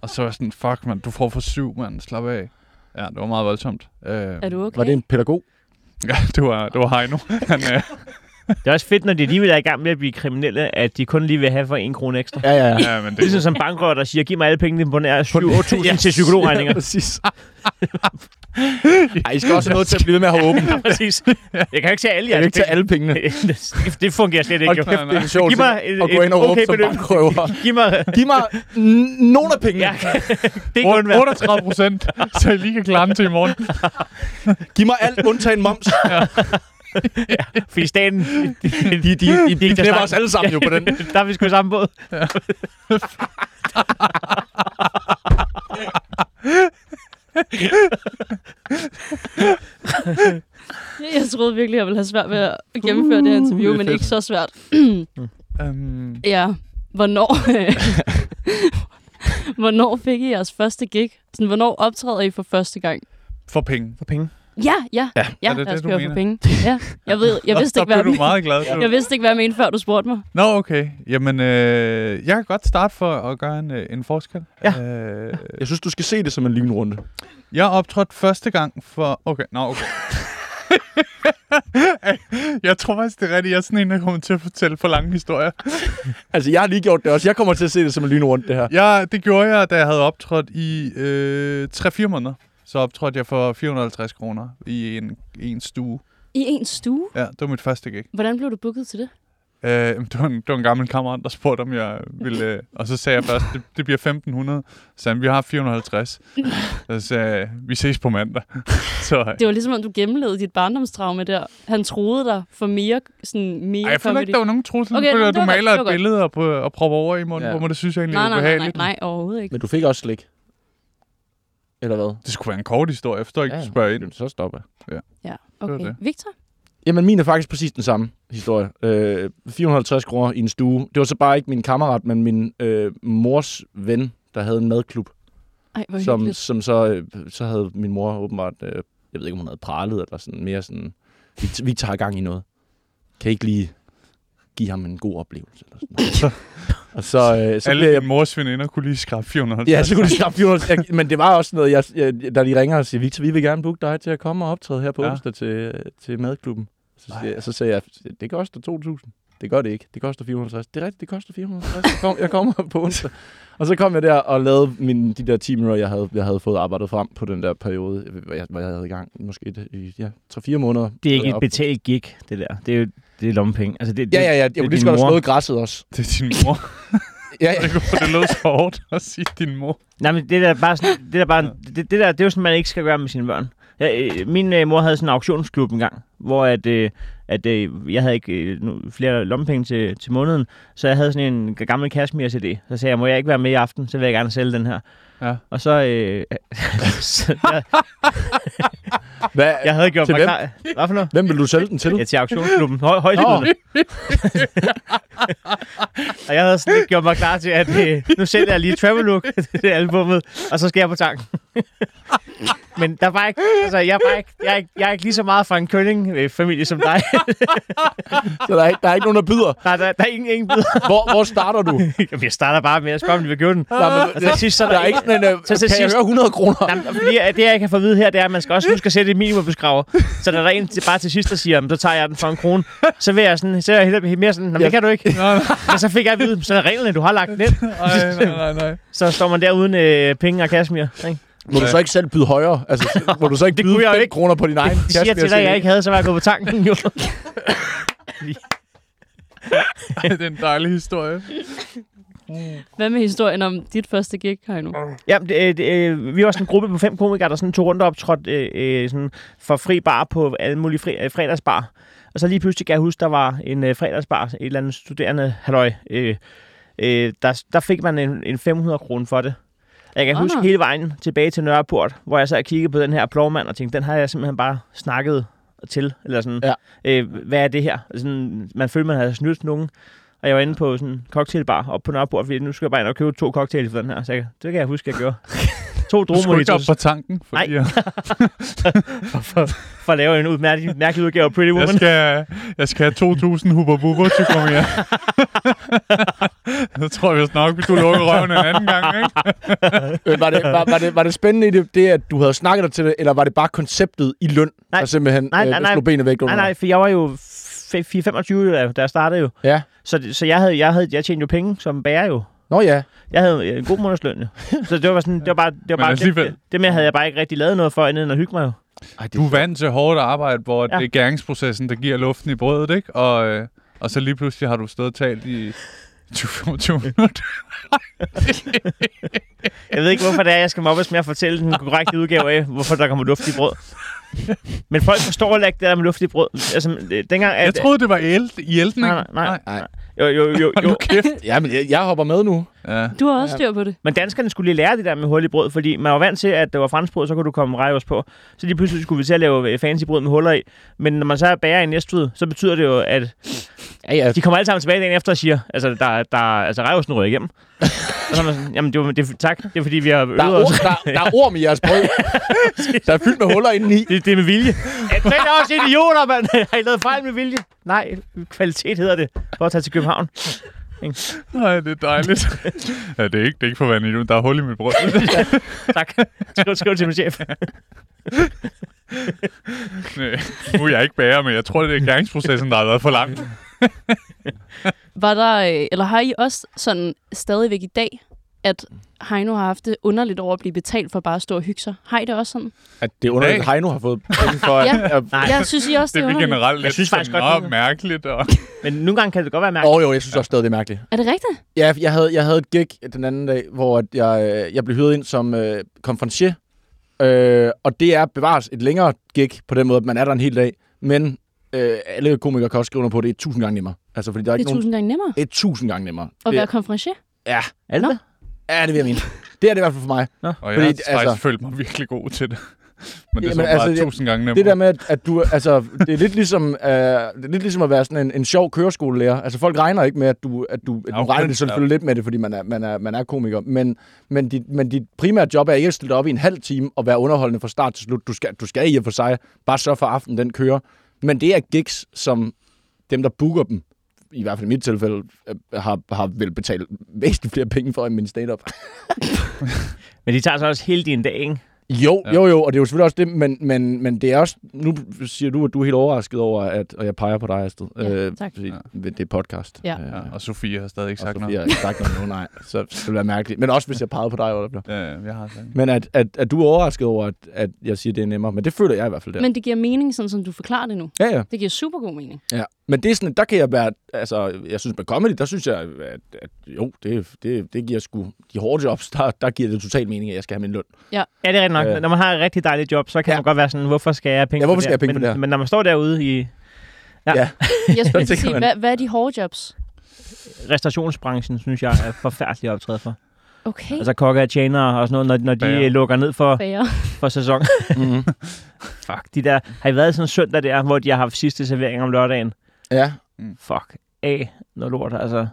[SPEAKER 2] og så var jeg sådan, fuck mand, du får for 7, mand. Slap af. Ja, det var meget voldsomt. Øh,
[SPEAKER 10] Er du okay?
[SPEAKER 1] Var det en pædagog?
[SPEAKER 2] Ja, det var, det var Heino. Han, øh,
[SPEAKER 9] Det er også fedt, når de alligevel er i gang med at blive kriminelle, at de kun lige vil have for en krone ekstra.
[SPEAKER 1] Ja, ja, ja.
[SPEAKER 2] ja, men det,
[SPEAKER 9] Ligesom som bankrøver, der siger, giv mig alle pengene på nær 7-8.000 yes. til psykologregninger.
[SPEAKER 1] Ja, præcis. Ej, I skal også have noget til at blive ved med at have åbent.
[SPEAKER 9] Præcis. Jeg kan jo ikke tage alle
[SPEAKER 1] Jeg
[SPEAKER 9] jeres
[SPEAKER 1] kan ikke tage alle pengene.
[SPEAKER 9] Det- det fungerer slet ikke.
[SPEAKER 1] Hold
[SPEAKER 9] jo.
[SPEAKER 1] kæft, det er en sjov
[SPEAKER 9] Giv
[SPEAKER 1] ting
[SPEAKER 9] mig et,
[SPEAKER 1] at gå
[SPEAKER 9] et
[SPEAKER 1] ind og råbe
[SPEAKER 9] okay
[SPEAKER 1] som
[SPEAKER 9] beløb.
[SPEAKER 1] bankrøver.
[SPEAKER 9] Giv mig...
[SPEAKER 1] Giv mig n- nogle af pengene.
[SPEAKER 9] Ja, det er kun værd.
[SPEAKER 2] 38 procent, så jeg lige kan klare den til i morgen.
[SPEAKER 1] Giv mig alt undtagen moms.
[SPEAKER 9] Fordi staten... De, de, de,
[SPEAKER 1] I
[SPEAKER 9] de
[SPEAKER 1] knæpper os alle sammen jo på den.
[SPEAKER 9] Der er vi sgu i samme båd.
[SPEAKER 10] Jeg troede virkelig, jeg ville have svært ved at gennemføre det her interview,
[SPEAKER 2] det er
[SPEAKER 10] men
[SPEAKER 2] fedt.
[SPEAKER 10] ikke så svært.
[SPEAKER 2] Um,
[SPEAKER 10] Ja, hvornår... hvornår fik I jeres første gig? Sådan, hvornår optræder I for første gang?
[SPEAKER 2] for penge.
[SPEAKER 9] For penge.
[SPEAKER 10] Ja, ja, ja, ja
[SPEAKER 2] det
[SPEAKER 10] lad os
[SPEAKER 2] det, du
[SPEAKER 10] køre for
[SPEAKER 2] mener?
[SPEAKER 10] penge. Ja, jeg, ved, jeg, vidste ikke,
[SPEAKER 2] der
[SPEAKER 10] hvad
[SPEAKER 2] blev
[SPEAKER 10] jeg,
[SPEAKER 2] du meget glad. Du.
[SPEAKER 10] jeg vidste ikke, hvad jeg mente, før du spurgte mig.
[SPEAKER 2] Nå, okay. Jamen, øh, jeg kan godt starte for at gøre en, øh, en forskel.
[SPEAKER 9] Ja.
[SPEAKER 2] Øh,
[SPEAKER 1] Jeg synes, du skal se det som en lynrunde.
[SPEAKER 2] jeg optrådte første gang for... Okay, nå, okay. jeg tror faktisk, det er rigtigt. Jeg er sådan en, der kommer til at fortælle for lange historier.
[SPEAKER 1] Altså, jeg har lige gjort det også. Jeg kommer til at se det som en lynrunde, det her.
[SPEAKER 2] Jeg, det gjorde jeg, da jeg havde optrådt i øh, 3-4 måneder. Så optrådte jeg for 450 kroner i en, i en stue.
[SPEAKER 10] I en stue?
[SPEAKER 2] Ja, det var mit første gig.
[SPEAKER 10] Hvordan blev du booket til det?
[SPEAKER 2] Øh, det, var en, det var en gammel kammerat, der spurgte, om jeg ville... Øh, og så sagde jeg først, det, det bliver 1500. Så sagde han, vi har 450. Så sagde jeg, vi ses på mandag. så, øh,
[SPEAKER 10] Det var ligesom, om du gennemlevede dit barndomstraume der. Han troede dig for mere, sådan, mere
[SPEAKER 2] ej, jeg føler
[SPEAKER 10] comedy.
[SPEAKER 2] ikke, der var nogen trussel.
[SPEAKER 10] Okay,
[SPEAKER 2] Okay, føler,
[SPEAKER 10] det
[SPEAKER 2] du
[SPEAKER 10] var godt,
[SPEAKER 2] maler
[SPEAKER 10] det var
[SPEAKER 2] et
[SPEAKER 10] godt.
[SPEAKER 2] billede og, på, og propper over i munden,
[SPEAKER 1] Ja.
[SPEAKER 2] ja. hvor man det synes jeg egentlig
[SPEAKER 10] nej,
[SPEAKER 2] er
[SPEAKER 10] nej, nej, nej,
[SPEAKER 2] ubehageligt.
[SPEAKER 10] nej, overhovedet ikke.
[SPEAKER 1] Men du fik også slik. Eller hvad?
[SPEAKER 2] Det skulle være en kort historie. Jeg forstår ikke, ja, du spørger ind.
[SPEAKER 1] Så stopper jeg.
[SPEAKER 10] Ja,
[SPEAKER 2] var
[SPEAKER 10] okay.
[SPEAKER 2] det.
[SPEAKER 10] Victor?
[SPEAKER 1] Jamen, min er faktisk præcis den samme historie. Øh, 450 kroner i en stue. Det var så bare ikke min kammerat, men min øh, mors ven, der havde en madklub.
[SPEAKER 10] Ej, hvor
[SPEAKER 1] som,
[SPEAKER 10] hyggeligt.
[SPEAKER 1] som så, øh, så havde min mor åbenbart, øh, jeg ved ikke, om hun havde pralet, eller sådan mere sådan, vi, t- vi tager gang i noget. Kan I ikke lige give ham en god oplevelse? Eller sådan noget. og så, øh, så blev
[SPEAKER 2] Alle
[SPEAKER 1] jeg...
[SPEAKER 2] dine mors veninder kunne lige skrabe 450.
[SPEAKER 1] Ja, så kunne de skaffe 400. Jeg, men det var også noget, jeg, jeg, der de ringer og siger, Victor, vi vil gerne booke dig til at komme og optræde her på øh,
[SPEAKER 2] Ja.
[SPEAKER 1] ja. onsdag til, til madklubben. Så, siger, så sagde jeg, det koster 2.000. Det Det gør det ikke. Det koster 450. Det er rigtigt, det koster 450. Jeg, kom, jeg kommer på onsdag. Og så kom jeg der og lavede min, de der timer, jeg havde, jeg havde fået arbejdet frem på den der periode, hvor jeg, hvor jeg havde i gang. Måske et, i, ja, 3-4 måneder.
[SPEAKER 9] Det er ikke et
[SPEAKER 1] Op-
[SPEAKER 9] betalt gig, det der. Det er jo det er lommepenge. Altså, det,
[SPEAKER 1] Ja, ja, ja.
[SPEAKER 9] det,
[SPEAKER 1] Jo,
[SPEAKER 9] er
[SPEAKER 1] det,
[SPEAKER 9] din
[SPEAKER 1] det skal også
[SPEAKER 9] mor.
[SPEAKER 1] noget i græsset også.
[SPEAKER 2] Det er din mor.
[SPEAKER 1] Ja,
[SPEAKER 2] Jeg
[SPEAKER 1] ja.
[SPEAKER 2] kunne få det lød så hårdt at sige din mor.
[SPEAKER 9] Nej, men det der bare sådan, det der bare, det, det, der, det er jo sådan, man ikke skal gøre med sine børn. Jeg, øh, min øh, mor havde sådan en auktionsklub en gang, hvor at, øh, at øh, jeg havde ikke øh, nu- flere lommepenge til, til måneden, så jeg havde sådan en g- gammel Kashmir CD. Så sagde jeg, må jeg ikke være med i aften, så vil jeg gerne sælge den her.
[SPEAKER 2] Ja.
[SPEAKER 9] Og så, øh, så jeg,
[SPEAKER 1] Hvad,
[SPEAKER 9] jeg havde gjort
[SPEAKER 1] Til
[SPEAKER 9] mig
[SPEAKER 1] hvem?
[SPEAKER 9] klar. Hvad for noget?
[SPEAKER 1] Hvem vil du sælge den til?
[SPEAKER 9] Ja, til auktionsklubben. Høj, højskolerne. og jeg havde sådan lidt gjort mig klar til, at øh, nu sælger jeg lige Travelook, det albummet, og så skal jeg på tanken. Men der var ikke, altså, jeg, var ikke, jeg, er ikke, jeg er ikke lige så meget fra en kønning-familie som dig.
[SPEAKER 1] Så der er, ikke- der er ikke nogen, der byder.
[SPEAKER 9] der, der, der er ingen, ingen bid.
[SPEAKER 1] Hvor, hvor starter du?
[SPEAKER 9] Jamen, jeg starter bare med at spørge, om de vil købe den.
[SPEAKER 1] Nej, men,
[SPEAKER 9] Og til sidst, så er
[SPEAKER 1] der er ikke sådan en, øh,
[SPEAKER 9] Så til
[SPEAKER 1] kan jeg
[SPEAKER 9] sidst-
[SPEAKER 1] høre 100 kroner?
[SPEAKER 9] Nej, men fordi at det, jeg kan få at vide her, det er, at man skal også huske at sætte et minimumskrav. Så når der er en til, bare til sidst, der siger, "Jamen, så tager jeg den for en krone, så vil jeg sådan, så er jeg hellere mere sådan, "Nå, men
[SPEAKER 1] Ja.
[SPEAKER 9] det kan du ikke.
[SPEAKER 2] Nej, nej,
[SPEAKER 9] Men så fik jeg at vide, så er reglerne, du har lagt den ind.
[SPEAKER 2] nej, nej, nej.
[SPEAKER 9] Så står man der uden øh, penge og kasmir. Ikke?
[SPEAKER 1] Må du så ikke selv byde højere? Altså, så- må du så ikke
[SPEAKER 9] Det
[SPEAKER 1] byde
[SPEAKER 9] kunne jeg jo
[SPEAKER 1] 5
[SPEAKER 9] ikke.
[SPEAKER 1] kroner på din egen
[SPEAKER 9] Det siger jeg til
[SPEAKER 1] Kashmir
[SPEAKER 9] dig,
[SPEAKER 1] CD?
[SPEAKER 9] jeg ikke havde, så var jeg gået på tanken. Jo.
[SPEAKER 2] Ej, det er en dejlig historie.
[SPEAKER 10] Hvad med historien om dit første gig, Heino?
[SPEAKER 9] ja, det, øh, det, øh, vi var sådan en gruppe på fem komikere, der sådan tog rundt og optrådte øh, øh, sådan for fri bar på alle mulige fri, øh, fredagsbar. Og så lige pludselig kan jeg huske, der var en øh, fredagsbar, et eller andet studerende halløj. Øh, øh, der, der fik man en, en 500 kroner for det. Og Jeg kan
[SPEAKER 10] Nå,
[SPEAKER 9] huske
[SPEAKER 10] nå.
[SPEAKER 9] hele vejen tilbage til Nørreport, hvor jeg så kiggede på den her plovmand og tænkte, den har jeg simpelthen bare snakket til. Eller sådan,
[SPEAKER 1] Ja.
[SPEAKER 9] øh, hvad er det her? Sådan, man følte, man havde snydt nogen. Og jeg var inde på sådan en cocktailbar op på Nørreport, fordi nu skal jeg bare ind og købe to cocktails for den her. Så jeg, det kan jeg huske, jeg gjorde. to
[SPEAKER 2] Du skulle ikke op
[SPEAKER 9] dromonitors
[SPEAKER 2] på tanken, fordi
[SPEAKER 9] Nej.
[SPEAKER 2] jeg,
[SPEAKER 9] for at lave en udmærkelig, mærkelig udgave af Pretty
[SPEAKER 2] jeg,
[SPEAKER 9] Woman.
[SPEAKER 2] skal, jeg skal have 2.000 hubba bubba til kom her. Det tror jeg vist nok, hvis du lukker røven en anden gang, ikke?
[SPEAKER 1] Øh, var, det, var, var, det, var det spændende i det, det, at du havde snakket dig til det, eller var det bare konceptet i løn,
[SPEAKER 9] Nej.
[SPEAKER 1] der simpelthen
[SPEAKER 9] Nej, nej,
[SPEAKER 1] øh,
[SPEAKER 9] nej.
[SPEAKER 1] slog benet væk?
[SPEAKER 9] Nej,
[SPEAKER 1] under
[SPEAKER 9] nej,
[SPEAKER 1] dig?
[SPEAKER 9] for jeg var jo f- 4-25, da- da jeg startede jo.
[SPEAKER 1] Ja.
[SPEAKER 9] Så, det- så jeg, havde, jeg, havde, jeg tjente jo penge som bærer jo.
[SPEAKER 1] Nå ja.
[SPEAKER 9] Jeg havde øh, en god månedsløn, jo. Så det var sådan, det var bare, det var bare
[SPEAKER 2] alligevel.
[SPEAKER 9] det, det, med havde jeg bare ikke rigtig lavet noget for, andet end at hygge mig jo.
[SPEAKER 1] Ej, det,
[SPEAKER 2] Du er vant til hårdt arbejde, hvor
[SPEAKER 9] Ja.
[SPEAKER 2] ja. det er gæringsprocessen, der giver luften i brødet, ikke? Og, øh, og så lige pludselig har du stået og talt i 20-25 minutter.
[SPEAKER 9] Jeg ved ikke, hvorfor det er, jeg skal mobbes med at fortælle den korrekte udgave af, hvorfor der kommer luft i brød. Men folk forstår heller ikke det der med luft i brød. Altså, øh, dengang... At,
[SPEAKER 2] Jeg troede, det var i el- i elten, ikke?
[SPEAKER 9] Nej, nej, nej. nej. Jo, jo, jo,
[SPEAKER 2] Hold
[SPEAKER 9] jo.
[SPEAKER 2] nu kæft.
[SPEAKER 1] ja, men jeg, jeg hopper med nu.
[SPEAKER 2] Ja.
[SPEAKER 10] Du har også styr på det.
[SPEAKER 9] Men danskerne skulle lige lære det der med hul i brød, fordi man var vant til, at det var fransk brød, så kunne du komme rejos på. Så lige pludselig skulle vi til at lave øh, fancy brød med huller i. Men når man så bager i næstved, så betyder det jo, at
[SPEAKER 1] Ja, ja.
[SPEAKER 9] De kommer alle sammen tilbage dagen efter og siger, altså, der, der, altså, Rejsen rører igennem. og så er man sådan, jamen, det var, det, er- tak, det er fordi, vi har øvet
[SPEAKER 1] Der er,
[SPEAKER 9] os.
[SPEAKER 1] orm, der, der er orm i jeres brød. der er fyldt med huller indeni.
[SPEAKER 9] Det, det er med vilje. Ja, det er også idioter, mand. Har I lavet fejl med vilje? Nej, kvalitet hedder det. For at tage til København.
[SPEAKER 2] Nej, det er dejligt. ja, det er ikke, det er ikke for vandet nu. Der er hul i mit brød.
[SPEAKER 9] Tak. Skriv, skriv til min chef.
[SPEAKER 2] Nej, øh, nu er jeg ikke bager, men jeg tror, det er gæringsprocessen, der har været for lang.
[SPEAKER 10] Var der, øh, eller har I også sådan stadigvæk i dag, at Heino har haft det underligt over at blive betalt for bare at stå og hygge sig? Har I det også sådan?
[SPEAKER 1] At det er underligt,
[SPEAKER 2] Hey.
[SPEAKER 1] at Heino har fået penge for.
[SPEAKER 10] Ja.
[SPEAKER 1] at- at-
[SPEAKER 9] Nej.
[SPEAKER 10] Jeg synes I også,
[SPEAKER 2] Det
[SPEAKER 10] det,
[SPEAKER 2] er
[SPEAKER 10] er
[SPEAKER 2] vi
[SPEAKER 10] underligt.
[SPEAKER 2] generelt lidt
[SPEAKER 9] synes faktisk
[SPEAKER 2] sådan,
[SPEAKER 9] godt,
[SPEAKER 2] "Nå,
[SPEAKER 9] det er-
[SPEAKER 2] mærkeligt. Og...
[SPEAKER 9] Men nogle gange kan det godt være
[SPEAKER 1] Åh
[SPEAKER 9] mærkeligt.
[SPEAKER 1] oh, jo, jeg synes også stadig, det er mærkeligt.
[SPEAKER 10] Er det rigtigt?
[SPEAKER 1] Ja, jeg havde, jeg havde et gig den anden dag, hvor at jeg, øh, jeg blev hyret ind som øh, konferencier. Øh, og det er bevares et længere gig på den måde, at man er der en hel dag. Men øh, alle komikere kan også skrive under på, at det er tusind gange nemmere. Altså, fordi der er
[SPEAKER 10] Det
[SPEAKER 1] ikke
[SPEAKER 10] er
[SPEAKER 1] nogen...
[SPEAKER 10] tusind gange nemmere
[SPEAKER 1] Det er tusind gange nemmere.
[SPEAKER 10] at
[SPEAKER 1] det,
[SPEAKER 10] være konferencier.
[SPEAKER 1] ja,
[SPEAKER 9] Er det
[SPEAKER 10] Nå.
[SPEAKER 9] det?
[SPEAKER 1] ja, det vil jeg mene. Det er det i hvert fald for mig.
[SPEAKER 2] Og jeg
[SPEAKER 1] Fordi,
[SPEAKER 2] har faktisk
[SPEAKER 1] altså-
[SPEAKER 2] altså... følt mig virkelig god til det. Men det er
[SPEAKER 1] Jamen,
[SPEAKER 2] så bare
[SPEAKER 1] altså, det-
[SPEAKER 2] tusind gange nemmere.
[SPEAKER 1] Det der med, at, at du, altså, det er lidt ligesom, øh, det er lidt ligesom at være sådan en, en sjov køreskolelærer. Altså, folk regner ikke med, at du, at du, at du
[SPEAKER 2] Okay.
[SPEAKER 1] regner det selvfølgelig lidt med det, fordi man er, man er, man er komiker. Men, men, dit, men dit primære job er ikke at stille dig op i en halv time og være underholdende fra start til slut. Du skal, du skal i og for sig bare sørge for, at aftenen den kører. Men det er gigs, som dem, der booker dem, i hvert fald i mit tilfælde, øh, har, har vel betalt væsentligt flere penge for end min stand-up.
[SPEAKER 9] Men de tager så også hele din dag, ikke?
[SPEAKER 1] Jo,
[SPEAKER 2] Ja.
[SPEAKER 1] ja. jo, jo, og det er jo selvfølgelig også det, men, men, men det er også, nu siger du, at du er helt overrasket over, at, og jeg peger på dig, Astrid,
[SPEAKER 10] Ja,
[SPEAKER 1] øh,
[SPEAKER 10] tak.
[SPEAKER 1] fordi det er podcast.
[SPEAKER 10] Ja.
[SPEAKER 1] Øh,
[SPEAKER 2] Ja, og Sofie har stadig ikke
[SPEAKER 1] og
[SPEAKER 2] sagt
[SPEAKER 1] Sofie har
[SPEAKER 2] noget.
[SPEAKER 1] ikke sagt noget nu, nej. Så det ville være mærkeligt. Men også, hvis jeg pegede på dig, Oliver.
[SPEAKER 2] Ja, jeg har sagt
[SPEAKER 1] Men at, at, at du er overrasket over, at, at jeg siger, at det er nemmere. Men det føler jeg i hvert fald der.
[SPEAKER 10] Men det giver mening, sådan som du forklarer det nu.
[SPEAKER 1] ja, ja.
[SPEAKER 10] Det giver super god mening.
[SPEAKER 1] Ja, men det er sådan, der kan jeg være, altså, jeg synes med comedy, der synes jeg, at, at jo, det, det, det giver sgu, de hårde jobs, der, der giver det total mening, at jeg skal have min løn.
[SPEAKER 9] Ja, det er rigtigt nok.
[SPEAKER 1] Ja.
[SPEAKER 9] Når man har et rigtig dejligt job, så kan
[SPEAKER 1] Ja.
[SPEAKER 9] man godt være sådan, hvorfor skal jeg have penge
[SPEAKER 1] Ja, hvorfor
[SPEAKER 9] på
[SPEAKER 1] skal jeg
[SPEAKER 9] det
[SPEAKER 1] have penge
[SPEAKER 9] men,
[SPEAKER 1] på det her?
[SPEAKER 9] Men når man står derude i
[SPEAKER 10] Jeg skulle lige
[SPEAKER 1] tænker
[SPEAKER 10] sige,
[SPEAKER 1] man-
[SPEAKER 10] hvad, hvad er de hårde jobs?
[SPEAKER 9] restaurationsbranchen, synes jeg er forfærdelig optræde for.
[SPEAKER 10] Okay,
[SPEAKER 9] Altså kokke og tjenere og sådan noget, når, når de
[SPEAKER 2] Bager.
[SPEAKER 9] øh, lukker ned for,
[SPEAKER 10] bager.
[SPEAKER 9] for sæson.
[SPEAKER 2] Mhm.
[SPEAKER 1] Mm-hmm.
[SPEAKER 9] Fuck, de der, har I været sådan en søndag der, hvor de har haft sidste servering om lørdagen?
[SPEAKER 1] Ja,
[SPEAKER 9] Fuck, af noget lort, altså.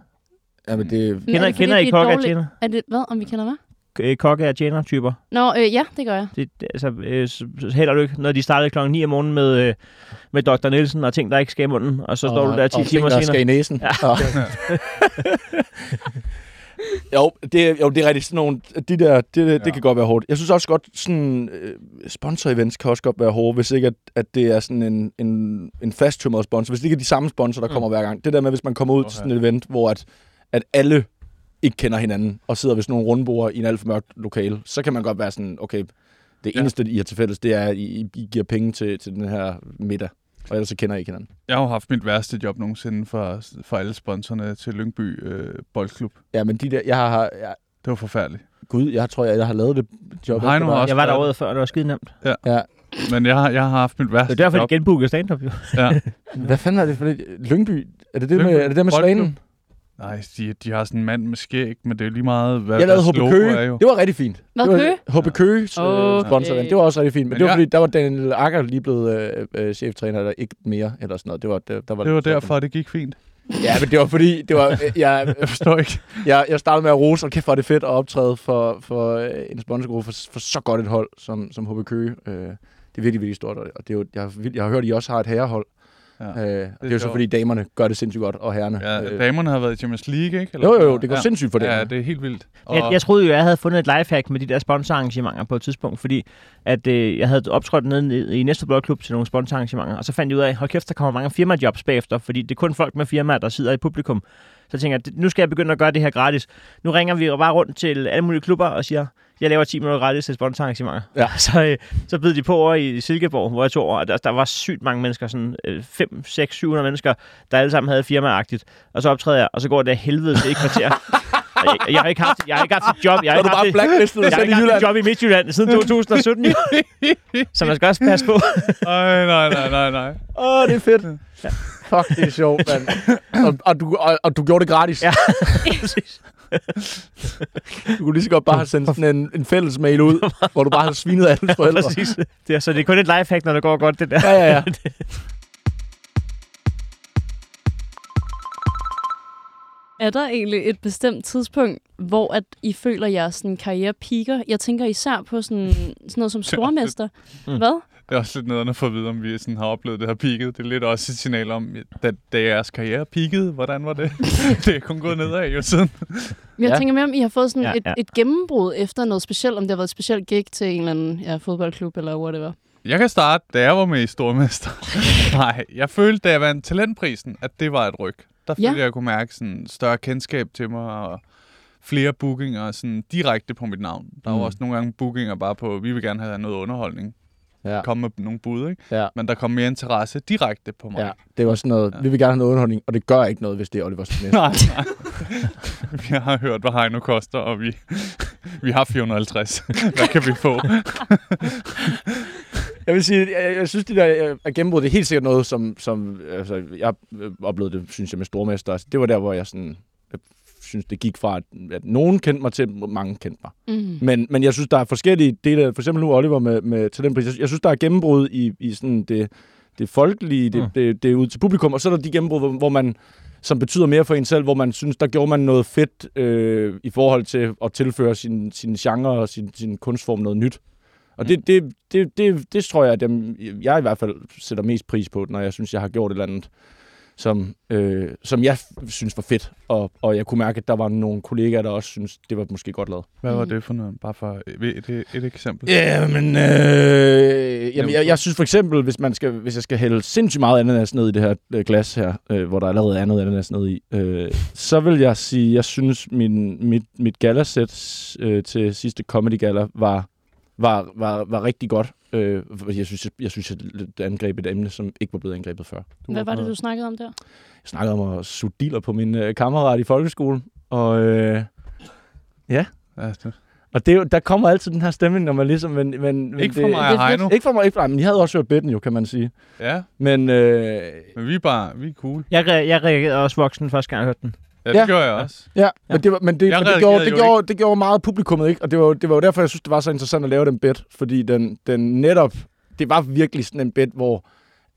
[SPEAKER 1] ja, men det,
[SPEAKER 10] Men er
[SPEAKER 9] Kender,
[SPEAKER 10] det, fordi
[SPEAKER 9] kender
[SPEAKER 10] de
[SPEAKER 9] I
[SPEAKER 10] er
[SPEAKER 9] kokke og
[SPEAKER 10] dårlige-
[SPEAKER 9] tjener?
[SPEAKER 10] Er det, hvad, om vi kender hvad?
[SPEAKER 9] øh, kokke og tjener-typer.
[SPEAKER 10] Nå, øh, ja, det gør jeg.
[SPEAKER 9] Det, det- altså, øh, så- så held og lykke, når de startede klokken 9 om morgenen med, øh, med Dr. Nielsen og ting, der ikke skal i munden, og så står du der 10
[SPEAKER 1] og
[SPEAKER 9] timer
[SPEAKER 1] ting, der
[SPEAKER 9] senere.
[SPEAKER 1] skal i næsen. Ja. Og... jo, det, er- jo, det er rigtigt. Sådan nogle, de der, det, det
[SPEAKER 2] Ja.
[SPEAKER 1] ja. kan godt være hårdt. Jeg synes også godt, sådan øh, sponsor-events kan også godt være hårde, hvis ikke, at, at det er sådan en, en, en fasttømret sponsor. Hvis det ikke er de samme sponsorer, der kommer hver gang. Det der med, hvis man kommer ud okay.
[SPEAKER 2] Mm. Okay.
[SPEAKER 1] til sådan et event, hvor at, at alle ikke kender hinanden, og sidder ved sådan nogle rundbord i en alt for mørkt lokale, så kan man godt være sådan, okay, det
[SPEAKER 2] Ja.
[SPEAKER 1] eneste, I har til fælles, det er, at I, I- I giver penge til, til den her middag, og ellers så kender I ikke hinanden.
[SPEAKER 2] Jeg har jo haft mit værste job nogensinde for, for alle sponsorerne til Lyngby øh, Boldklub.
[SPEAKER 1] Ja, men de der, jeg har, jeg,
[SPEAKER 2] Det var forfærdeligt.
[SPEAKER 1] Gud, jeg tror, jeg, jeg har lavet det job.
[SPEAKER 2] Hej nu
[SPEAKER 1] efter dig.
[SPEAKER 2] også.
[SPEAKER 9] Jeg var der året før, og det var skide nemt.
[SPEAKER 2] Men jeg har, jeg har haft mit
[SPEAKER 9] Det
[SPEAKER 2] værste
[SPEAKER 9] er derfor, de
[SPEAKER 2] job.
[SPEAKER 9] genbookede stand-up, jo.
[SPEAKER 2] Ja.
[SPEAKER 1] Hvad fanden er det for det? Lyngby? Er det det
[SPEAKER 2] Lyngby.
[SPEAKER 1] med, er det der med
[SPEAKER 2] Boldklub.
[SPEAKER 1] svanen?
[SPEAKER 2] Nej, de, de har sådan en mand med skæg, men det er jo lige meget, hvad
[SPEAKER 1] Jeg lavede
[SPEAKER 2] deres
[SPEAKER 1] HB
[SPEAKER 2] logo
[SPEAKER 1] Køge.
[SPEAKER 2] er jo.
[SPEAKER 1] Det var rigtig fint.
[SPEAKER 10] Hvad,
[SPEAKER 1] det var,
[SPEAKER 10] Køge?
[SPEAKER 1] HB Køge
[SPEAKER 10] Okay.
[SPEAKER 1] okay. sponsoren. Det var også rigtig fint. Men,
[SPEAKER 2] Men
[SPEAKER 1] det var
[SPEAKER 2] jeg-
[SPEAKER 1] fordi, der var Daniel Akker lige blevet øh, øh, cheftræner, eller ikke mere, eller sådan noget. Det var, det, der var,
[SPEAKER 2] Det var derfor, det gik fint.
[SPEAKER 1] Ja, men det var fordi, det var, øh, jeg,
[SPEAKER 2] Jeg forstår ikke.
[SPEAKER 1] jeg, jeg startede med at rose, og kæft, hvor er det fedt at optræde for, for øh, en sponsorgruppe for, for så godt et hold som, som HB Køge. Øh, det er virkelig, virkelig stort, og det er jo, jeg, har vildt- jeg har hørt, at I også har et herrehold.
[SPEAKER 2] Ja.
[SPEAKER 1] Ja, øh, og det, det er jo
[SPEAKER 2] sjovt.
[SPEAKER 1] så, fordi damerne gør det sindssygt godt, og herrerne.
[SPEAKER 2] Ja,
[SPEAKER 1] øh,
[SPEAKER 2] damerne har været i Champions League, ikke?
[SPEAKER 1] Jo, jo, jo, det går
[SPEAKER 2] ja.
[SPEAKER 1] sindssygt for dem.
[SPEAKER 2] Ja, det er helt vildt.
[SPEAKER 9] Jeg, jeg troede jo, jeg havde fundet et lifehack med de der sponsorarrangementer på et tidspunkt, fordi at, øh, jeg havde optrådt nede i, i næste blogklub til nogle sponsorarrangementer, og så fandt jeg ud af, hold kæft, der kommer mange firmajobs bagefter, fordi det er kun folk med firmaer, der sidder i publikum. Så tænker jeg, "Det- nu skal jeg begynde at gøre det her gratis. Nu ringer vi jo bare rundt til alle mulige klubber og siger, jeg laver 10 minutter gratis til sponsorarrangementer.
[SPEAKER 1] Ja.
[SPEAKER 9] Så, øh, så bid de på over i Silkeborg, hvor jeg tog over, og der, der var sygt mange mennesker, sådan øh, 5, 6, 700 mennesker, der alle sammen havde firmaagtigt. Og så optræder jeg, og så går det af helvede til et kvarter. Og jeg, jeg, har ikke haft, jeg har ikke haft et job. Jeg
[SPEAKER 1] Så er
[SPEAKER 9] har ikke
[SPEAKER 1] du
[SPEAKER 9] haft
[SPEAKER 1] bare
[SPEAKER 9] et-
[SPEAKER 1] blacklistet og
[SPEAKER 9] jeg har
[SPEAKER 1] sendt i
[SPEAKER 9] ikke haft
[SPEAKER 1] Jylland.
[SPEAKER 9] et job i Midtjylland siden 2017. jo. så man skal også passe på.
[SPEAKER 2] Ej, nej, nej, nej, nej.
[SPEAKER 1] Åh, det er fedt. Ja. Fuck, det er sjovt, mand. Og, og, du, og, og du gjorde det gratis.
[SPEAKER 9] Ja.
[SPEAKER 1] Ja. Du kunne lige så godt bare have sendt sådan en, en fælles mail ud, hvor du bare havde svinet alle forældre.
[SPEAKER 9] Præcis. Det er, så det er kun et lifehack, når det går godt, det der.
[SPEAKER 1] Ja, ja, ja.
[SPEAKER 10] Er der egentlig et bestemt tidspunkt, hvor at I føler, at jeres sådan, karriere piker? Jeg tænker især på sådan, sådan noget som stormester. Hvad?
[SPEAKER 2] Det er også lidt nederne for at vide, om vi sådan har oplevet det her peaket. Det er lidt også et signal om, at da jeres karriere peakede, hvordan var det? det er kun gået nedad jo siden.
[SPEAKER 10] Men jeg
[SPEAKER 1] Ja.
[SPEAKER 10] tænker mere om, I har fået sådan
[SPEAKER 9] Ja,
[SPEAKER 10] ja, et,
[SPEAKER 9] ja.
[SPEAKER 10] ja. et gennembrud efter noget specielt, om det har været et specielt gig til en eller anden ja, fodboldklub eller whatever.
[SPEAKER 2] Jeg kan starte, da jeg var med i Stormester. Nej, jeg følte, da jeg vandt talentprisen, at det var et ryg. Der følte
[SPEAKER 10] Ja.
[SPEAKER 2] ja. jeg, at jeg kunne mærke sådan større kendskab til mig og flere bookinger sådan direkte på mit navn. Der var
[SPEAKER 1] Mm.
[SPEAKER 2] også nogle gange bookinger bare på, vi vil gerne have noget underholdning.
[SPEAKER 1] Ja.
[SPEAKER 2] Kom med nogle bud, ikke?
[SPEAKER 1] Ja.
[SPEAKER 2] Men der kom mere interesse direkte på mig.
[SPEAKER 1] ja. Det var sådan noget, vi vil gerne have noget underholdning, og det gør ikke noget, hvis det er Oliver Smith.
[SPEAKER 2] Nej, nej. Vi har hørt, hvad Heino koster, og vi, vi har 450. Hvad kan vi få?
[SPEAKER 1] Jeg vil sige, jeg, jeg synes, det der øh, gennembrud, det er helt sikkert noget, som, som altså, jeg øh, oplevede det, synes jeg, med Stormester. Altså, det var der, hvor jeg sådan, jeg synes, det gik fra, at, at nogen kendte mig til, at mange kendte mig.
[SPEAKER 10] Mm.
[SPEAKER 1] Men, men jeg synes, der er forskellige dele. af- For eksempel nu Oliver med, med talentpris. Jeg, sy- jeg synes, der er gennembrud i, i sådan det, det folkelige, det,
[SPEAKER 9] Mm.
[SPEAKER 1] mm. det, det er ud til publikum. Og så er der de gennembrud, hvor, hvor man som betyder mere for en selv, hvor man synes, der gjorde man noget fedt øh, i forhold til at tilføre sin, sin genre og sin, sin kunstform noget nyt. Og det, det, det, det, det tror jeg, at jeg, jeg i hvert fald sætter mest pris på, når jeg synes, jeg har gjort et eller andet som, øh, som jeg f- synes var fedt. Og, og jeg kunne mærke, at der var nogle kollegaer, der også synes det var måske godt lavet.
[SPEAKER 2] Hvad var
[SPEAKER 10] Mm.
[SPEAKER 2] det for noget? Bare for et, et, et eksempel.
[SPEAKER 1] Ja, men øh, jamen, jeg, jeg synes for eksempel, hvis, man skal, hvis jeg skal hælde sindssygt meget ananas ned i det her øh, glas her, øh, hvor der allerede er noget ananas ned i, øh, så vil jeg sige, jeg synes, min, mit, mit galasæt øh, til sidste Comedy Gala var, var, var, var rigtig godt. Øh, fordi jeg synes, jeg, jeg synes, jeg angreb et emne, som ikke var blevet angrebet før.
[SPEAKER 10] Hvad var det, du snakkede om der?
[SPEAKER 1] Jeg snakkede om at suge dealer på min øh, kammerat i folkeskolen, og... Øh,
[SPEAKER 2] Ja, det-
[SPEAKER 1] og det, er jo- der kommer altid den her stemning, når man ligesom... Men, men, men
[SPEAKER 2] Ikke
[SPEAKER 1] det-
[SPEAKER 2] for mig
[SPEAKER 10] det
[SPEAKER 2] og
[SPEAKER 10] er fedt.
[SPEAKER 2] Heino.
[SPEAKER 1] Ikke for mig, ikke for mig, men I havde også hørt bitten jo, kan man sige.
[SPEAKER 2] Ja,
[SPEAKER 1] Men øh,
[SPEAKER 2] men vi er bare, vi er cool.
[SPEAKER 9] Jeg, re- jeg reagerede også voksen første gang, jeg hørte den.
[SPEAKER 2] Ja, det
[SPEAKER 1] Ja.
[SPEAKER 2] gør jeg også.
[SPEAKER 1] ja, men det, var- men det,
[SPEAKER 2] Jeg
[SPEAKER 1] men det,
[SPEAKER 2] reagerede
[SPEAKER 1] gjorde, det,
[SPEAKER 2] jo
[SPEAKER 1] gjorde, det gjorde meget af publikummet, ikke? Og det var, jo- det var jo derfor, jeg synes, det var så interessant at lave den bit, fordi den, den netop... Det var virkelig sådan en bit, hvor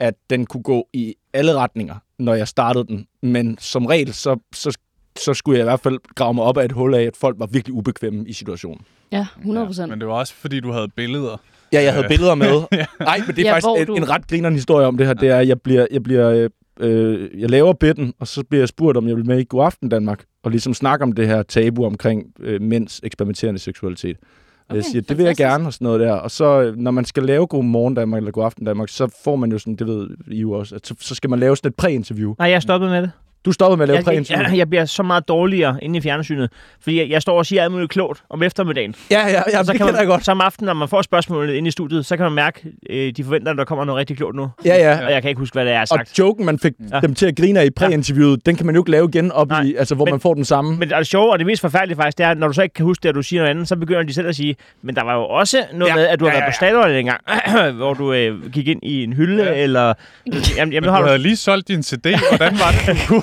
[SPEAKER 1] at den kunne gå i alle retninger, når jeg startede den. Men som regel, så, så, så skulle jeg i hvert fald grave mig op af et hul af, at folk var virkelig ubekvemme i situationen.
[SPEAKER 10] Ja, 100 procent.
[SPEAKER 2] Ja, men det var også, fordi du havde billeder.
[SPEAKER 1] Ja, jeg havde billeder med. Nej, men det er Øh.
[SPEAKER 10] Ja,
[SPEAKER 1] ja, faktisk
[SPEAKER 10] hvor
[SPEAKER 1] en,
[SPEAKER 10] du-
[SPEAKER 1] en ret grinerende historie om det her. Det er, at jeg, bliver, jeg, bliver, øh, øh, jeg laver bitten, og så bliver jeg spurgt, om jeg vil med i God Aften Danmark, og ligesom snakke om det her tabu omkring øh, mænds eksperimenterende seksualitet. Okay, jeg
[SPEAKER 10] Okay,
[SPEAKER 1] siger, det vil jeg
[SPEAKER 10] fantastisk.
[SPEAKER 1] gerne, og sådan noget der. Og så, øh, når man skal lave God Morgen Danmark eller God Aften Danmark, så får man jo sådan, det ved I jo også, at så, så skal man lave sådan et præinterview.
[SPEAKER 9] Nej, jeg stoppede med det.
[SPEAKER 1] Du stoppede med at lave
[SPEAKER 9] Jeg, jeg,
[SPEAKER 1] præinterview.
[SPEAKER 9] jeg, jeg bliver så meget dårligere inde i fjernsynet, fordi jeg, jeg står og siger alt muligt klogt om eftermiddagen.
[SPEAKER 1] Ja, ja, ja,
[SPEAKER 9] Og så
[SPEAKER 1] det
[SPEAKER 9] kan
[SPEAKER 1] kender
[SPEAKER 9] man,
[SPEAKER 1] jeg godt.
[SPEAKER 9] Så om aftenen, når man får spørgsmålet inde i studiet, så kan man mærke, øh, de forventer, at der kommer noget rigtig klogt nu.
[SPEAKER 1] Ja, ja.
[SPEAKER 9] Og jeg kan ikke huske, hvad det er, jeg har
[SPEAKER 1] Og
[SPEAKER 9] sagt.
[SPEAKER 1] joken, man fik
[SPEAKER 9] Ja.
[SPEAKER 1] ja. dem til at grine af i præinterviewet, den kan man jo ikke lave igen op
[SPEAKER 9] Nej,
[SPEAKER 1] i, altså hvor
[SPEAKER 9] men-
[SPEAKER 1] men, man får den samme.
[SPEAKER 9] Men det sjove og det mest forfærdelige faktisk, det er, at når du så ikke kan huske det, og du siger noget andet, så begynder de selv at sige, men der var jo også noget ja, med, at du har ja, været på Statoil engang, hvor du øh, gik ind i en hylde, ja. eller... Jamen, jamen
[SPEAKER 2] Men
[SPEAKER 9] nu, har
[SPEAKER 2] du havde
[SPEAKER 9] du,
[SPEAKER 2] lige solgt din CD. Hvordan var det, du kunne?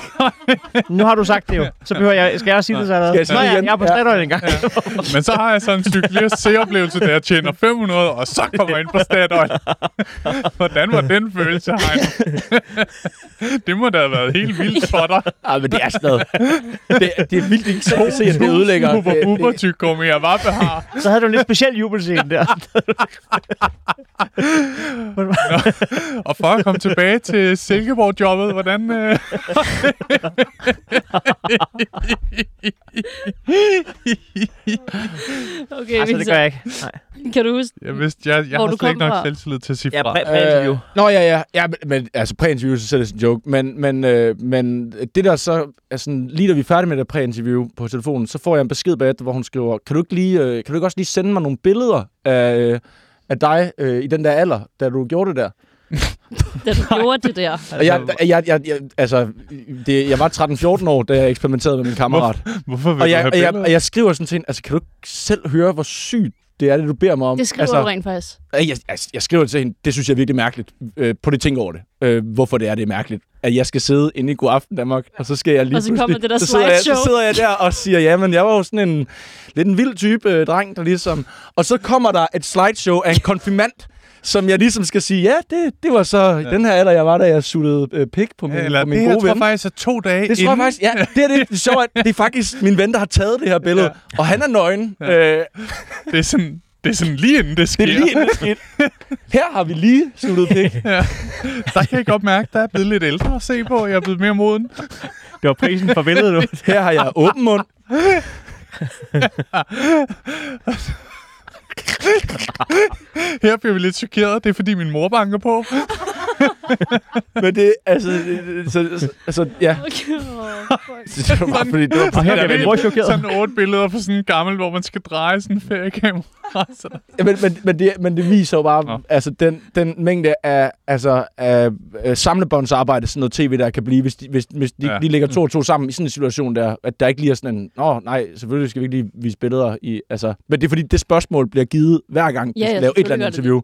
[SPEAKER 9] nu har du sagt det jo. Så behøver jeg... Skal jeg også sige det så? Skal
[SPEAKER 1] jeg sige
[SPEAKER 9] Nå,
[SPEAKER 1] det
[SPEAKER 9] ja,
[SPEAKER 1] igen?
[SPEAKER 9] jeg er på
[SPEAKER 1] Ja.
[SPEAKER 9] Statoil engang. Ja.
[SPEAKER 2] Men så har jeg sådan en cyklist-oplevelse, der jeg tjener 500, og så kommer jeg ind på Statoil. Hvordan var den følelse, Heino? det må da have været helt vildt for dig.
[SPEAKER 1] Ej, men det er sådan noget. Det, det er vildt ikke så at se, at det ødelægger.
[SPEAKER 2] Super
[SPEAKER 1] Det-
[SPEAKER 2] buber
[SPEAKER 1] det-
[SPEAKER 2] tyk gummi, jeg var behar.
[SPEAKER 9] Så havde du en lidt speciel jubelscene der. Altså,
[SPEAKER 2] Og for at komme tilbage til Silkeborg-jobbet, hvordan... Øh...
[SPEAKER 10] Okay,
[SPEAKER 9] Altså, det gør jeg ikke. Nej.
[SPEAKER 10] kan du huske?
[SPEAKER 2] Jeg vidste, jeg, jeg
[SPEAKER 10] Hvor
[SPEAKER 2] har
[SPEAKER 10] du
[SPEAKER 2] slet ikke
[SPEAKER 10] kom
[SPEAKER 2] nok
[SPEAKER 10] fra?
[SPEAKER 2] selvtillid til at sige
[SPEAKER 9] Ja,
[SPEAKER 2] fra.
[SPEAKER 9] præ- præinterview.
[SPEAKER 1] Øh, nå, ja, ja. ja men, men, altså, præinterview, så selv er det en joke. Men, men, øh, men det der så... Altså, lige da vi er færdige med det præinterview på telefonen, så får jeg en besked bagefter, hvor hun skriver, kan du ikke, lige, øh, kan du ikke også lige sende mig nogle billeder af, øh, af dig øh, i den der alder, da du gjorde det der?
[SPEAKER 10] Da du gjorde det der.
[SPEAKER 1] Og jeg, jeg, jeg, jeg, altså, det, jeg var 13-14 år, da jeg eksperimenterede med min kammerat.
[SPEAKER 2] Hvorfor vil
[SPEAKER 1] Og
[SPEAKER 2] du
[SPEAKER 1] jeg,
[SPEAKER 2] have
[SPEAKER 1] og, jeg,
[SPEAKER 2] billeder?
[SPEAKER 1] og jeg skriver sådan til hende, altså kan du ikke selv høre, hvor sygt det er, det du beder mig om?
[SPEAKER 10] Det skriver
[SPEAKER 1] altså,
[SPEAKER 10] du rent faktisk.
[SPEAKER 1] jeg, jeg, jeg skriver til hende, det synes jeg er virkelig mærkeligt. Øh, på det tænk over det. Øh, hvorfor det er, det er mærkeligt. At jeg skal sidde inde i God Aften Danmark, og så skal jeg lige
[SPEAKER 10] Og så kommer
[SPEAKER 1] pludselig-
[SPEAKER 10] det der
[SPEAKER 1] så sidder, jeg, så
[SPEAKER 10] slideshow.
[SPEAKER 1] sidder jeg der og siger, ja, men jeg var jo sådan en lidt en vild type øh, dreng, der ligesom... Og så kommer der et slideshow af en konfirmand, som jeg ligesom skal sige, ja, det, det var så ja. den her alder, jeg var, da jeg suttede øh, pik på min,
[SPEAKER 2] Ja, Eller
[SPEAKER 1] på min
[SPEAKER 2] det, jeg
[SPEAKER 1] gode
[SPEAKER 2] tror
[SPEAKER 1] ven.
[SPEAKER 2] faktisk er to dage
[SPEAKER 1] Det tror jeg
[SPEAKER 2] inden.
[SPEAKER 1] faktisk, ja. Det er det, det sjove, at det er faktisk min ven, der har taget det her billede, ja. og han er nøgen. Ja. Øh,
[SPEAKER 2] Det er sådan, det er sådan lige inden det sker.
[SPEAKER 1] det er lige inden det skete. Her har vi lige sluttet pik.
[SPEAKER 2] Der kan jeg godt mærke, der er blevet lidt ældre at se på. Jeg er blevet mere moden.
[SPEAKER 9] Det var prisen for billedet nu.
[SPEAKER 1] Her har jeg åben mund.
[SPEAKER 2] Her bliver vi lidt chokeret. Det er, fordi min mor banker på.
[SPEAKER 1] Men det, altså, det, det- så, så, altså, ja.
[SPEAKER 10] Okay. åh, fuck.
[SPEAKER 1] Det var bare, fordi det var
[SPEAKER 9] Og her bliver min mor chokeret.
[SPEAKER 2] Sådan otte billeder på sådan en gammel, hvor man skal dreje sådan en feriekamera. Så
[SPEAKER 1] men, men, men, det, men det viser jo bare,
[SPEAKER 2] Nå.
[SPEAKER 1] altså den, den mængde af, altså, af øh, samlebåndsarbejde, sådan noget tv, der kan blive, hvis de, hvis, hvis de
[SPEAKER 2] Ja.
[SPEAKER 1] ja. Mm. lige ligger to og to sammen i sådan en situation der, at der ikke lige er sådan en, åh nej, selvfølgelig skal vi ikke lige vise billeder i, altså, men det er fordi, det spørgsmål bliver givet hver gang,
[SPEAKER 10] Ja,
[SPEAKER 1] ja,
[SPEAKER 10] ja,
[SPEAKER 1] du laver et eller andet
[SPEAKER 10] selvfølgelig
[SPEAKER 1] interview.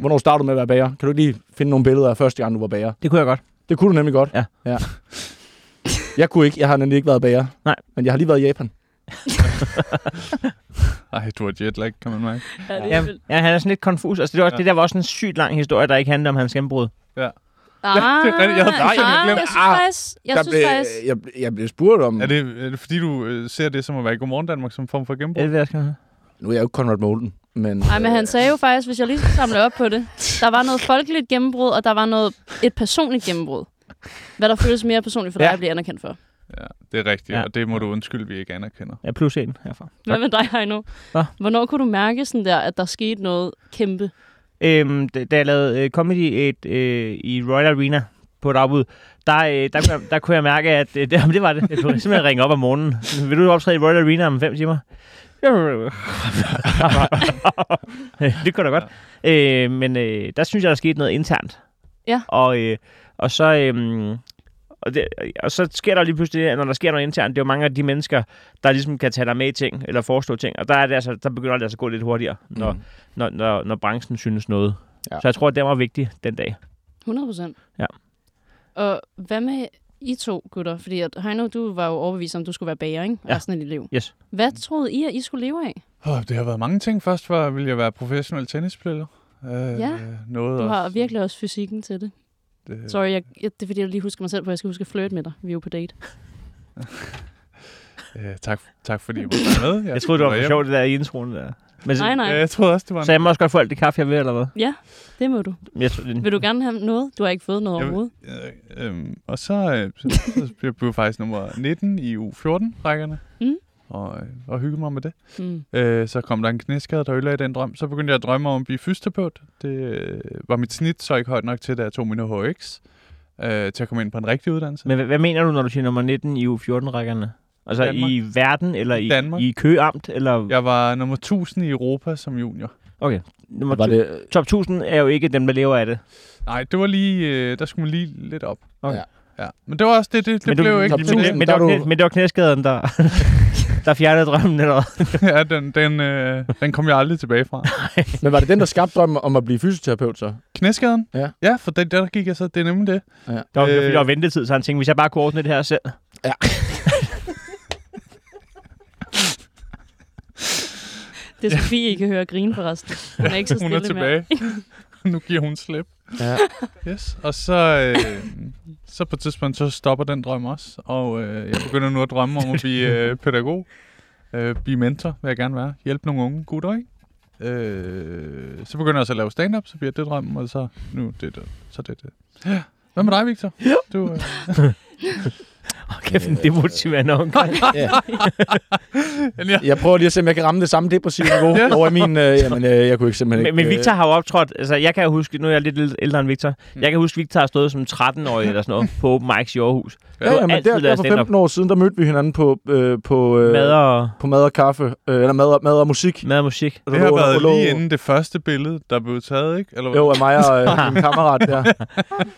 [SPEAKER 1] Hvornår startede du med at være bager? Kan du ikke lige finde nogle billeder af første gang, du var bager?
[SPEAKER 9] Det kunne jeg godt.
[SPEAKER 1] Det kunne du nemlig godt.
[SPEAKER 9] Ja.
[SPEAKER 1] ja. Jeg kunne ikke, jeg har nemlig ikke været bager.
[SPEAKER 9] Nej.
[SPEAKER 1] Men jeg har lige været i Japan.
[SPEAKER 2] Ej, du har jetlag, kan man mærke.
[SPEAKER 10] Ja, det er
[SPEAKER 9] Jamen,
[SPEAKER 10] vildt.
[SPEAKER 9] ja, han er sådan lidt konfus. Altså, det, var også,
[SPEAKER 2] Ja.
[SPEAKER 9] det der var også en sygt lang historie, der ikke handlede om hans gennembrud.
[SPEAKER 10] Ah,
[SPEAKER 2] det er rigtigt. Jeg havde
[SPEAKER 10] nej,
[SPEAKER 2] fuldstændig glemt.
[SPEAKER 10] jeg synes faktisk, jeg synes faktisk,
[SPEAKER 1] jeg, jeg blev spurgt om...
[SPEAKER 2] Er det, er det fordi, du øh, ser det som at være i Godmorgen Danmark som form for
[SPEAKER 9] Er
[SPEAKER 2] genbrug?
[SPEAKER 9] det, det, jeg skal have?
[SPEAKER 1] Nu er jeg jo ikke Conrad Molden, men...
[SPEAKER 10] Nej, men han sagde jo faktisk, hvis jeg lige skal samle op på det, der var noget folkeligt gennembrud, og der var noget, et personligt gennembrud. Hvad der føles mere personligt for dig
[SPEAKER 9] Ja.
[SPEAKER 10] ja. at blive anerkendt for.
[SPEAKER 2] Ja, det er rigtigt,
[SPEAKER 9] Ja.
[SPEAKER 2] ja. og det må du undskylde, vi ikke anerkender.
[SPEAKER 9] Ja, plus en herfra.
[SPEAKER 10] Hvad med dig, Heino?
[SPEAKER 9] Hva?
[SPEAKER 10] Hvornår kunne du mærke sådan der, at der skete noget kæmpe?
[SPEAKER 9] Øhm, da, da jeg lavede øh, comedy et, øh, i Royal Arena på et afbud, der, øh, der, kunne jeg, der kunne jeg mærke, at øh, det, jamen, det var det. Jeg kunne simpelthen ringe op om morgenen. Vil du optræde i Royal Arena om fem timer? det kunne da godt. Øh, men øh, der synes jeg, der skete noget internt.
[SPEAKER 10] Ja.
[SPEAKER 9] Og, øh, og så... Øh, og, det, og så sker der lige pludselig, det, at når der sker noget internt, det er jo mange af de mennesker, der ligesom kan tage dig med i ting, eller forestå ting, og der, er det altså, der begynder det altså at gå lidt hurtigere, når, mm. når, når, når branchen synes noget.
[SPEAKER 1] Ja.
[SPEAKER 9] Ja. Så jeg tror, at det var vigtigt den dag.
[SPEAKER 10] 100 procent.
[SPEAKER 9] Ja.
[SPEAKER 10] Og hvad med I to gutter? Fordi at, Heino, du var jo overbevist om, at du skulle være bager, ikke?
[SPEAKER 9] Ja.
[SPEAKER 10] Resten af dit liv.
[SPEAKER 9] Yes.
[SPEAKER 10] Hvad troede I, at I skulle leve af?
[SPEAKER 2] Oh, det har været mange ting. Først var, ville jeg være professionel tennisspiller. Øh,
[SPEAKER 10] Ja.
[SPEAKER 2] Noget
[SPEAKER 10] Du har
[SPEAKER 2] også, øh,
[SPEAKER 10] virkelig også fysikken til det.
[SPEAKER 2] det-
[SPEAKER 10] Sorry, jeg, jeg, det er fordi, jeg lige husker mig selv på, at jeg skal huske at flirte med dig. Vi er jo på date.
[SPEAKER 2] Øh, tak, tak fordi I måtte være med.
[SPEAKER 9] Jeg troede, det var
[SPEAKER 2] hjem.
[SPEAKER 9] for sjovt, det der i introen der. Men, så-
[SPEAKER 10] Nej,
[SPEAKER 2] Øh,
[SPEAKER 10] nej.
[SPEAKER 2] Jeg troede også, det var en...
[SPEAKER 9] Så jeg må også godt få alt det kaffe, jeg vil, eller hvad?
[SPEAKER 10] Ja, det må du.
[SPEAKER 9] Jeg, tror-
[SPEAKER 10] Vil du gerne have noget? Du har ikke fået noget
[SPEAKER 2] Jeg vil-
[SPEAKER 10] overhovedet.
[SPEAKER 2] Øh, øhm, og så, øh, så, så blev jeg blev faktisk nummer 19 i U14-rækkerne.
[SPEAKER 10] Mm.
[SPEAKER 2] Og, øh, og hygge mig med det.
[SPEAKER 10] Mm.
[SPEAKER 2] Øh, så kom der en knæskade, der ødelagde den drøm. Så begyndte jeg at drømme om at blive fysioterapeut. Det øh, var mit snit så ikke højt nok til, da jeg tog min HX. Øh, til at komme ind på en rigtig uddannelse.
[SPEAKER 9] men hvad, hvad mener du, når du siger nummer 19 i U14-rækkerne? Altså
[SPEAKER 2] Danmark.
[SPEAKER 9] i verden, eller i,
[SPEAKER 2] Danmark.
[SPEAKER 9] i køamt, eller...
[SPEAKER 2] Jeg var nummer 1000 i Europa som junior.
[SPEAKER 9] Okay. Nummer
[SPEAKER 1] Var
[SPEAKER 9] to-
[SPEAKER 1] det,
[SPEAKER 9] Top 1000 er jo ikke dem, der lever af det.
[SPEAKER 2] Nej, det var lige... Øh, der skulle man lige lidt op.
[SPEAKER 9] Okay.
[SPEAKER 1] Ja.
[SPEAKER 2] Ja. Men det var også det, det, det
[SPEAKER 9] Men
[SPEAKER 2] men
[SPEAKER 9] du-
[SPEAKER 2] blev jo ikke...
[SPEAKER 1] Top
[SPEAKER 2] til
[SPEAKER 1] 1000,
[SPEAKER 2] det.
[SPEAKER 9] Men, men,
[SPEAKER 1] der
[SPEAKER 9] det, var
[SPEAKER 1] er du-
[SPEAKER 9] knæ, men det var knæskaden, der, der fjernede drømmen, eller hvad?
[SPEAKER 2] ja, den, den, øh, den kom jeg aldrig tilbage fra.
[SPEAKER 1] men var det den, der skabte drømmen om at blive fysioterapeut så?
[SPEAKER 2] Knæskaden?
[SPEAKER 1] Ja.
[SPEAKER 2] Ja, for det, der gik jeg så, det er nemlig det.
[SPEAKER 9] Der var, øh...
[SPEAKER 2] Øh.
[SPEAKER 9] der var ventetid, så han tænkte, hvis jeg bare kunne ordne det her selv.
[SPEAKER 10] Det er Sofie, I kan høre grine forresten. Hun er ikke så
[SPEAKER 2] Hun
[SPEAKER 10] stille
[SPEAKER 2] er
[SPEAKER 10] mere.
[SPEAKER 2] tilbage. nu giver hun slip.
[SPEAKER 1] Ja.
[SPEAKER 2] Yes. Og så, øh, så på et tidspunkt, så stopper den drøm også. Og øh, jeg begynder nu at drømme om at blive øh, pædagog. Øh, blive mentor, vil jeg gerne være. Hjælpe nogle unge gutter, ikke? Øh, så begynder jeg også at lave stand-up, så bliver det drømmen, og så nu det, det så det det. Ja. Hvad med dig, Victor? Ja. Du, øh,
[SPEAKER 9] Åh, kæft, en demotiverende
[SPEAKER 1] øh.
[SPEAKER 9] omgang.
[SPEAKER 1] Ja.
[SPEAKER 2] men jeg,
[SPEAKER 1] Jeg prøver lige at se, om jeg kan ramme det samme depressive niveau
[SPEAKER 2] Ja.
[SPEAKER 1] over i min... Øh, jamen, øh, jeg kunne ikke simpelthen
[SPEAKER 9] Men,
[SPEAKER 1] ikke...
[SPEAKER 9] men Victor har jo optrådt, altså jeg kan jo huske, nu er jeg lidt ældre end Victor,
[SPEAKER 10] Mm.
[SPEAKER 9] jeg kan huske, Victor har stået som 13-årig eller sådan noget på Open Mics i Aarhus.
[SPEAKER 1] Øh, ja, ja, men
[SPEAKER 9] altid
[SPEAKER 1] der, der
[SPEAKER 9] lavet
[SPEAKER 1] for
[SPEAKER 9] stand-up.
[SPEAKER 1] 15 år siden, der mødte vi hinanden på, øh, på, øh,
[SPEAKER 9] Mad og,
[SPEAKER 1] på mad og kaffe. Øh, eller mad og, mad og musik.
[SPEAKER 9] mad og musik.
[SPEAKER 2] det har været lige inden det første billede, der blev taget, ikke? Eller, hvad?
[SPEAKER 1] Jo, af mig og øh, min kammerat der.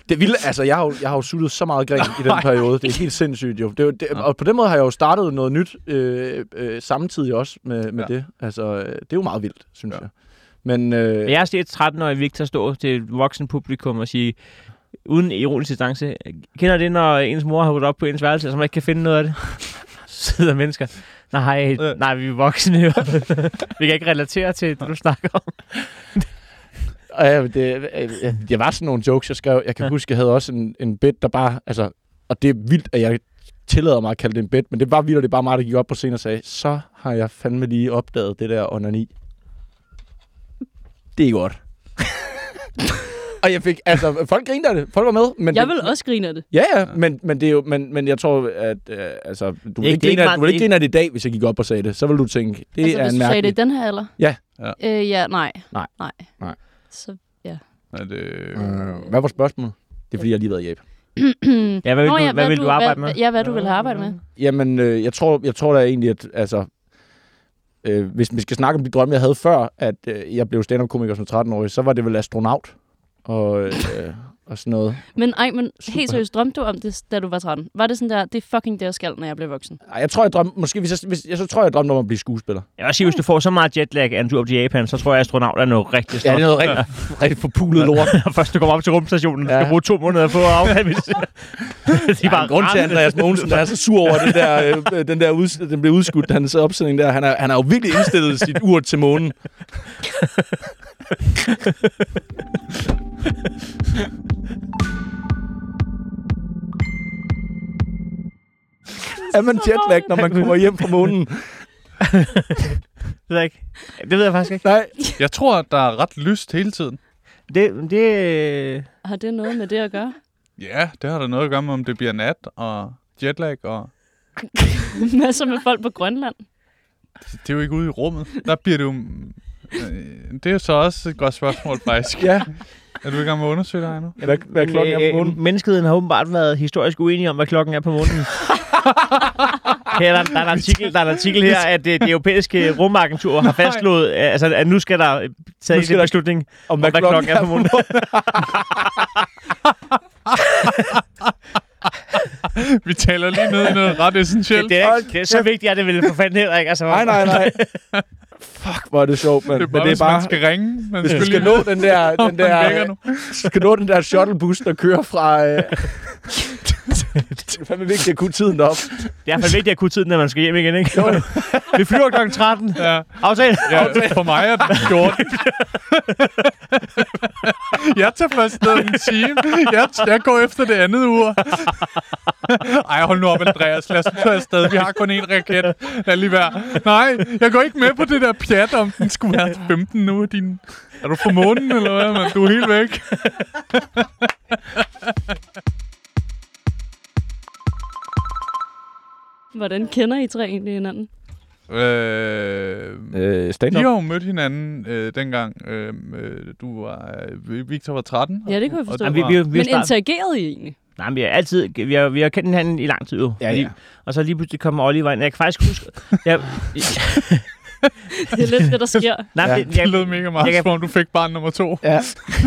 [SPEAKER 1] Det vilde, altså, jeg har, jo, jeg har jo suttet så meget grin i den periode. Det er helt sindssygt jo. Det, er jo- det, og på den måde har jeg jo startet noget nyt øh, øh, samtidig også med, med ja.
[SPEAKER 2] Ja.
[SPEAKER 1] det. Altså, øh, det er jo meget vildt, synes
[SPEAKER 2] Ja.
[SPEAKER 1] ja. jeg. Men øh,
[SPEAKER 9] Men jeg har set 13-årig Victor stå til et voksen publikum og sige, uden ironisk distance, kender det, når ens mor har ryddet op på ens værelse, og så man ikke kan finde noget af det? Så sidder mennesker, nej,
[SPEAKER 2] Øh.
[SPEAKER 9] nej, vi er voksne. jo." vi kan ikke relatere til det, du snakker om.
[SPEAKER 1] Ja, men det, øh, øh, det var sådan nogle jokes, jeg skrev. Jeg kan ja. huske, jeg havde også en, en bit, der bare... Altså, og det er vildt, at jeg tillader mig at kalde det en bit, men det var vildt, og det er bare mig, der gik op på scenen og sagde, så har jeg fandme lige opdaget det der onani. Det er godt. og jeg fik... Altså, folk grinte af det. Folk var med. Men
[SPEAKER 10] Jeg
[SPEAKER 1] det,
[SPEAKER 10] vil også grine af det.
[SPEAKER 1] Ja, ja, men, men, det er jo, men, men jeg tror, at øh, altså, du vil
[SPEAKER 9] ikke
[SPEAKER 1] ikke, grine af-
[SPEAKER 9] meget-
[SPEAKER 1] du vil
[SPEAKER 9] det
[SPEAKER 1] ikke
[SPEAKER 9] er
[SPEAKER 1] grine af det i dag, hvis jeg gik op og sagde det. Så vil du tænke, det
[SPEAKER 10] altså,
[SPEAKER 1] er
[SPEAKER 10] hvis
[SPEAKER 1] en
[SPEAKER 10] du sagde det
[SPEAKER 1] mærkelig...
[SPEAKER 10] i den her alder?
[SPEAKER 1] Ja.
[SPEAKER 2] Ja.
[SPEAKER 10] Øh, ja, nej.
[SPEAKER 1] Nej.
[SPEAKER 10] Nej.
[SPEAKER 1] Nej.
[SPEAKER 10] Så,
[SPEAKER 2] at, øh,
[SPEAKER 1] Øh, hvad var spørgsmålet? Det er, fordi jeg lige har været i Japan.
[SPEAKER 9] Ja, hvad vil,
[SPEAKER 10] Nå,
[SPEAKER 9] du,
[SPEAKER 10] ja,
[SPEAKER 9] hvad vil du arbejde
[SPEAKER 10] hvad,
[SPEAKER 9] med?
[SPEAKER 10] Ja, hvad du vil arbejde med.
[SPEAKER 1] Jamen, øh, jeg tror, jeg tror da egentlig, at altså, øh, hvis vi skal snakke om de drømme, jeg havde før, at øh, jeg blev stand-up-komiker som 13-årig, så var det vel astronaut og, øh, og sådan noget.
[SPEAKER 10] Men ej, men helt seriøst, drømte du om det, da du var 13? Var det sådan der, det er fucking det, jeg skal, når jeg bliver voksen?
[SPEAKER 1] Ej, jeg tror, jeg drømte, måske, hvis jeg, hvis, jeg, så tror, jeg drømte om at blive skuespiller.
[SPEAKER 9] Jeg vil også sige, hvis du får så meget jetlag af en tur op til Japan, så tror jeg, at astronaut er noget rigtig
[SPEAKER 1] Ja,
[SPEAKER 9] stort.
[SPEAKER 1] det er noget rigtig, rigtig forpulet lort.
[SPEAKER 9] Når først du kommer op til rumstationen, du
[SPEAKER 1] Ja.
[SPEAKER 9] skal bruge to måneder på at afgave. De er
[SPEAKER 1] Der er en grund til, at Andreas Mogensen der er så sur over den der, øh, den der uds- den blev udskudt, hans opsætning der. Han har, han har jo virkelig indstillet sit ur til månen. er man jetlag, når man kommer hjem fra månen?
[SPEAKER 9] Det ved jeg ikke. Det ved jeg faktisk ikke.
[SPEAKER 1] Nej.
[SPEAKER 2] jeg tror, at der er ret lyst hele tiden.
[SPEAKER 9] Det, det, øh,
[SPEAKER 10] Har det noget med det at gøre?
[SPEAKER 2] Ja, det har da noget at gøre med, om det bliver nat og jetlag, og
[SPEAKER 10] Masser med folk på Grønland.
[SPEAKER 2] det er jo ikke ude i rummet. Der bliver det jo... Øh, Det er jo så også et godt spørgsmål, faktisk.
[SPEAKER 1] Ja,
[SPEAKER 2] Er du i gang med at undersøge det her nu?
[SPEAKER 1] hvad, hvad er klokken er på månen?
[SPEAKER 9] øh, Menneskeheden har åbenbart været historisk uenige om, hvad klokken er på månen. Her, der, der, er en artikel, der er en artikel her, at øh, det, det europæiske rumagentur har fastslået, at- altså, at nu skal der tages
[SPEAKER 1] skal
[SPEAKER 9] en
[SPEAKER 1] der-
[SPEAKER 9] beslutning
[SPEAKER 1] Om
[SPEAKER 9] om, hvad klokken er på månen.
[SPEAKER 2] Vi taler lige ned i noget ret essentielt.
[SPEAKER 9] Det,
[SPEAKER 2] Det
[SPEAKER 9] er,
[SPEAKER 1] Hold
[SPEAKER 9] ikke, det er så vigtigt, at det ville for fanden heller ikke. Altså,
[SPEAKER 1] Nej, nej, nej. Fuck, hvor er det sjovt, mand.
[SPEAKER 2] er
[SPEAKER 1] Men
[SPEAKER 2] bare, det er bare... man skal ringe. Man
[SPEAKER 1] Du
[SPEAKER 2] skal,
[SPEAKER 1] skal
[SPEAKER 2] lige
[SPEAKER 1] nå den der,
[SPEAKER 2] om
[SPEAKER 1] den
[SPEAKER 2] man
[SPEAKER 1] der,
[SPEAKER 2] vækker nu.
[SPEAKER 1] skal nå den der shuttlebus, der kører fra... Øh... det er fandme vigtigt at kunne tiden op.
[SPEAKER 9] Det er i hvert fald vigtigt at kunne tiden, når man skal hjem igen, ikke? Vi flyver klokken 13.
[SPEAKER 2] Ja.
[SPEAKER 9] Aftale.
[SPEAKER 2] Ja, for mig er den 14. jeg tager først ned en time. Jeg, jeg går efter det andet ur. Ej, hold nu op, Andreas. Lad os nu tage afsted. Vi har kun én raket. Lad lige være. Nej, jeg går ikke med på det der pjat, om den skulle være 15 nu. Din... Er du fra månen, eller hvad? Man? Du er helt væk.
[SPEAKER 10] Hvordan kender I tre egentlig hinanden?
[SPEAKER 2] Øh...
[SPEAKER 1] Øh, stand
[SPEAKER 2] Vi har jo mødt hinanden øh, dengang, øh, øh, du var, øh, Victor var 13.
[SPEAKER 10] Ja, det kunne jeg forstå.
[SPEAKER 2] Og
[SPEAKER 9] Jamen,
[SPEAKER 2] du
[SPEAKER 9] vi,
[SPEAKER 2] var,
[SPEAKER 9] vi, vi, vi,
[SPEAKER 10] Men
[SPEAKER 9] vi,
[SPEAKER 10] interagerede I egentlig?
[SPEAKER 9] Nej, men vi har altid vi har, vi har kendt hinanden i lang tid jo.
[SPEAKER 1] Ja,
[SPEAKER 9] Fordi-
[SPEAKER 1] ja.
[SPEAKER 9] Og så lige pludselig kommer Oliver ind. Jeg kan faktisk huske... Jeg,
[SPEAKER 10] Det er lidt det, der sker.
[SPEAKER 9] nej,
[SPEAKER 1] Ja,
[SPEAKER 9] ja, det, jeg,
[SPEAKER 2] det lød mega meget,
[SPEAKER 9] jeg kan-
[SPEAKER 2] som om du fik barn nummer to.
[SPEAKER 1] Ja.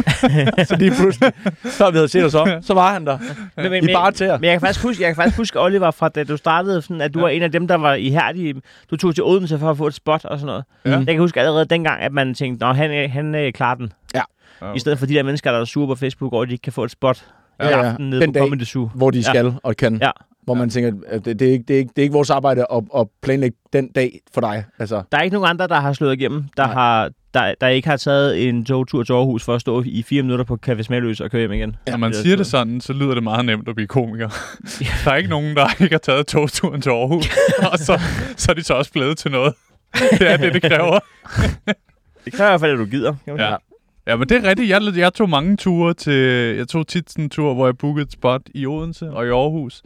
[SPEAKER 1] så lige pludselig, så vi havde set os om, så var han der.
[SPEAKER 9] men, men,
[SPEAKER 1] I bare til
[SPEAKER 9] men jeg kan faktisk huske, jeg kan faktisk huske Oliver fra da du startede, sådan, at du var en af dem, der var ihærdig. Du tog til Odense for at få et spot og sådan noget.
[SPEAKER 2] Ja.
[SPEAKER 9] Jeg kan huske allerede dengang, at man tænkte, at han, øh, han øh, klarer den.
[SPEAKER 1] Ja.
[SPEAKER 9] I stedet for de der mennesker, der er sure på Facebook over, at de ikke kan få et spot ja, i
[SPEAKER 1] Ja, ja.
[SPEAKER 9] aften nede
[SPEAKER 1] Den
[SPEAKER 9] på
[SPEAKER 1] dag.
[SPEAKER 9] Comedy Zoo.
[SPEAKER 1] Hvor de skal og kan.
[SPEAKER 9] Ja.
[SPEAKER 1] Hvor man tænker, at det, det, er ikke, det, er ikke, det er ikke vores arbejde at, at planlægge den dag for dig. Altså,
[SPEAKER 9] Der er ikke nogen andre, der har slået igennem, der,
[SPEAKER 1] Nej.
[SPEAKER 9] har, der, der ikke har taget en togtur til Aarhus for at stå i fire minutter på Café Smagløs og køre hjem igen.
[SPEAKER 2] Når man
[SPEAKER 9] Det er
[SPEAKER 2] siger det
[SPEAKER 9] sgu-
[SPEAKER 2] sådan, så lyder det meget nemt at blive komiker. Der er ikke nogen, der ikke har taget togturen til Aarhus, og så, så er de så også blevet til noget. Det er det, det kræver.
[SPEAKER 9] Det kræver i hvert fald, at du gider. kan man sige.
[SPEAKER 2] Ja. Ja, men det er rigtigt. Jeg, jeg tog mange ture til... Jeg tog tit sådan en tur, hvor jeg bookede et spot i Odense og i Aarhus.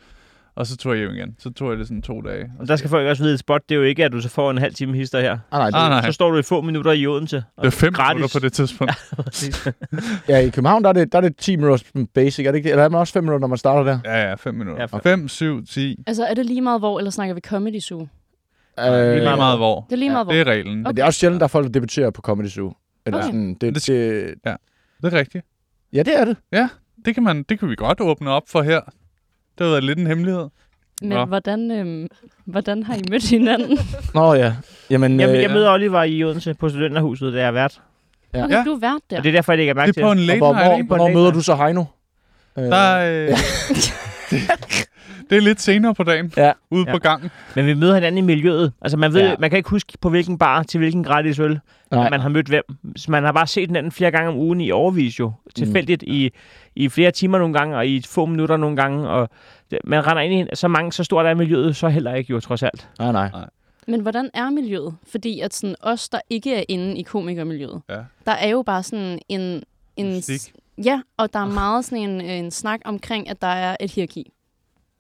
[SPEAKER 2] Og så tog jeg hjem igen. Så tog jeg det sådan to dage.
[SPEAKER 9] Og der skal folk også vide, at spot, det er jo ikke, at du så får en halv time hister her.
[SPEAKER 1] ah, nej, det,
[SPEAKER 2] Ah, nej.
[SPEAKER 9] Så står du i få minutter i Odense. og
[SPEAKER 2] Det er fem
[SPEAKER 9] gratis.
[SPEAKER 2] minutter på det tidspunkt.
[SPEAKER 1] Ja, i København der er, det, der er det 10 minutter som basic, er det ikke det? Eller er man også 5 minutter, når man starter der?
[SPEAKER 2] Ja, ja, fem minutter.
[SPEAKER 9] Ja,
[SPEAKER 2] Ja,
[SPEAKER 9] fem.
[SPEAKER 2] fem, syv, ti.
[SPEAKER 10] Altså, er det lige meget hvor, eller snakker vi Comedy Zoo?
[SPEAKER 2] Øh, det er lige
[SPEAKER 1] Øh,
[SPEAKER 2] meget hvor.
[SPEAKER 10] Det er lige meget hvor.
[SPEAKER 2] Det er reglen.
[SPEAKER 1] men Øh, det er også sjældent, der er folk, der debuterer på Comedy Zoo. Eller
[SPEAKER 10] Okay.
[SPEAKER 1] sådan, det,
[SPEAKER 2] det
[SPEAKER 1] det,
[SPEAKER 2] skal- Det er rigtigt.
[SPEAKER 1] ja, det er det.
[SPEAKER 2] Ja, det kan, man, det kan vi godt åbne op for her. Det har været lidt en hemmelighed.
[SPEAKER 10] Men
[SPEAKER 2] Nå.
[SPEAKER 10] hvordan, øhm, hvordan har I mødt hinanden?
[SPEAKER 1] Nå ja. Jamen,
[SPEAKER 9] Jeg,
[SPEAKER 1] øh,
[SPEAKER 9] jeg møder Oliver i Odense på studenterhuset, der jeg er vært.
[SPEAKER 10] Okay,
[SPEAKER 2] Ja.
[SPEAKER 10] du er vært der.
[SPEAKER 9] Og det er derfor, jeg lægger mærke
[SPEAKER 2] Det
[SPEAKER 9] til
[SPEAKER 2] er på en
[SPEAKER 1] og
[SPEAKER 2] late
[SPEAKER 1] hvor,
[SPEAKER 2] night,
[SPEAKER 1] hvor,
[SPEAKER 2] ikke?
[SPEAKER 1] hvornår møder du så Heino? Øh,
[SPEAKER 2] Der, øh, det, det er lidt senere på dagen,
[SPEAKER 1] Ja.
[SPEAKER 2] ude
[SPEAKER 9] Ja.
[SPEAKER 2] på gangen.
[SPEAKER 9] Men vi møder hinanden i miljøet. Altså, man, ved,
[SPEAKER 1] Ja.
[SPEAKER 9] ja. man kan ikke huske på hvilken bar til hvilken gratis øl,
[SPEAKER 1] nej.
[SPEAKER 9] at man har mødt hvem. Så man har bare set hinanden flere gange om ugen i overvis jo. Tilfældigt i, i flere timer nogle gange, og i få minutter nogle gange. Og det- man render ind i hin- så mange, så stort er miljøet, så heller ikke jo trods alt.
[SPEAKER 1] nej, nej.
[SPEAKER 10] Men hvordan er miljøet? Fordi at sådan, os, der ikke er inde i komikermiljøet,
[SPEAKER 2] Ja.
[SPEAKER 10] der er jo bare sådan en... en s-
[SPEAKER 2] Mystik.
[SPEAKER 10] Ja, og der er meget sådan en, øh, en snak omkring, at der er et hierarki.